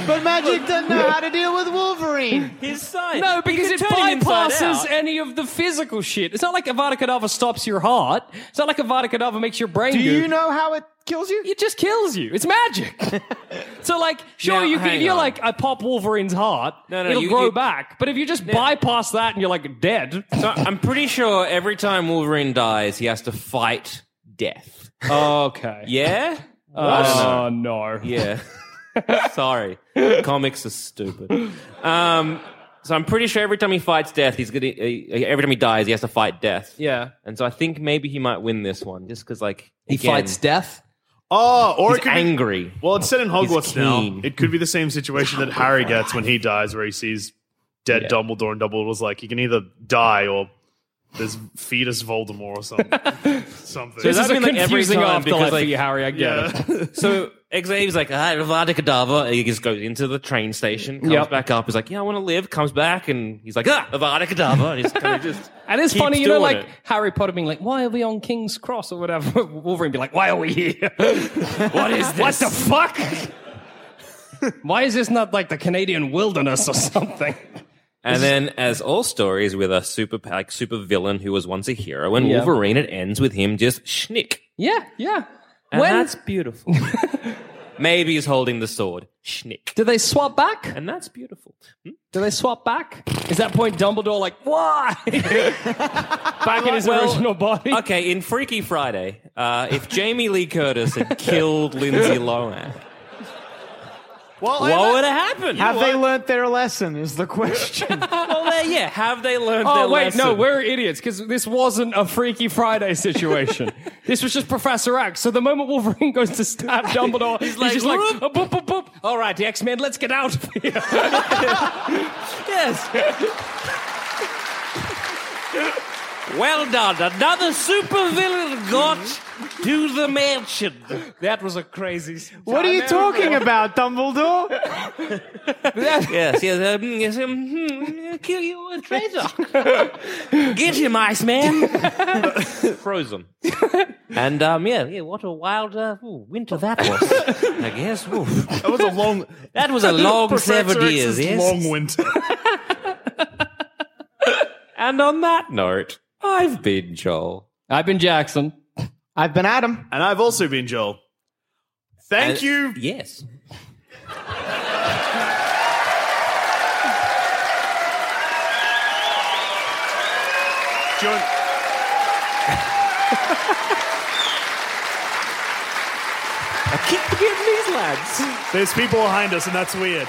S6: But magic doesn't know how to deal with Wolverine.
S2: His science.
S3: no,
S2: You
S3: because
S2: can
S3: it
S2: turn him inside
S3: bypasses
S2: out.
S3: any of the physical shit. It's not like Avada Kedavra stops your heart. It's not like Avada Kedavra makes your brain.
S6: Do
S3: go-
S6: you know how it kills you?
S3: It just kills you. It's magic. so, like, sure,
S2: Now,
S3: you can,
S2: hang
S3: if you're
S2: on.
S3: like, I pop Wolverine's heart,
S2: No, no,
S3: it'll
S2: you-
S3: grow
S2: you-
S3: back. But if you just bypass that and you're like dead,
S2: So I'm pretty sure every time Wolverine dies, he has to fight death.
S3: okay,
S2: Oh, Yeah?
S3: Oh no.
S2: Yeah. Sorry. Comics are stupid. Um, so I'm pretty sure every time he fights death, he's gonna. Uh, every time he dies, he has to fight death.
S3: Yeah.
S2: And so I think maybe he might win this one, just because like
S3: He
S2: again,
S3: fights death.
S4: Oh, or it
S2: He's
S4: could be-
S2: angry.
S4: well, it's set in Hogwarts now.
S2: keen.
S4: It could be the same situation that Harry gets when he dies, where he sees dead Dumbledore, and Dumbledore's like, "You can either die or there's fetus Voldemort or something." something.
S3: This is
S2: Does that
S3: a
S2: mean, like, every
S3: confusing
S2: time?
S3: afterlife
S2: Because, like-
S3: for you, Harry. I get it.
S2: So Xavier's like, ah, Avada Kedavra. He just goes into the train station, comes
S3: Yep.
S2: back up. He's like, yeah, I want to live. Comes back, and he's like, ah, Avada Kedavra. And he's kind of just.
S3: And it's
S2: keeps
S3: funny, you know,
S2: doing
S3: like
S2: it.
S3: Harry Potter being like, "Why are we on King's Cross?" or whatever. Wolverine be like, "Why are we here? what is this? What the fuck? Why is this not like the Canadian wilderness or something?"
S2: And then, as all stories with a super like super villain who was once a hero, and
S3: Yeah.
S2: Wolverine, it ends with him just schnick.
S3: Yeah, yeah.
S2: And
S3: when
S2: that's beautiful. Maybe he's holding the sword. Schnick.
S3: do they swap back?
S2: And that's beautiful. Hmm?
S3: Do they swap back? Is that point Dumbledore like why back in his
S2: Well,
S3: original body?
S2: Okay, in Freaky Friday, uh, if Jamie Lee Curtis had killed Lindsay Lohan,
S3: Oh,
S4: well, I
S2: what
S4: ima-
S2: would have happened?
S6: Have they learnt their lesson? Is the question.
S2: well, there, yeah, have they learned their
S3: Oh wait,
S2: lesson?
S3: no, we're idiots because this wasn't a Freaky Friday situation. this was just Professor X. So the moment Wolverine goes to stab Dumbledore, he's,
S2: like,
S3: just like,
S2: "Whoop."
S3: "Oh, boop, boop, boop. All right, X Men, let's get out of here.
S2: yes. well done. Another supervillain got to the mansion.
S3: that was a crazy.
S6: what are you talking about, Dumbledore?
S2: yes, yes, um, yes, um, hmm, uh, kill you a traitor. Get him, Iceman. Frozen. And um, yeah, yeah, what a wild uh, ooh, winter that was. I guess. oof.
S4: that was a long,
S2: That was a long
S4: Professor
S2: seven years.
S4: X's
S2: Yes.
S4: long winter.
S2: And on that note, I've been Joel.
S3: I've been Jackson.
S6: I've been Adam.
S4: And I've also been Joel.
S2: And-
S4: Thank you.
S2: Yes.
S4: John.
S2: I keep forgetting these lads.
S4: There's people behind us, and that's weird.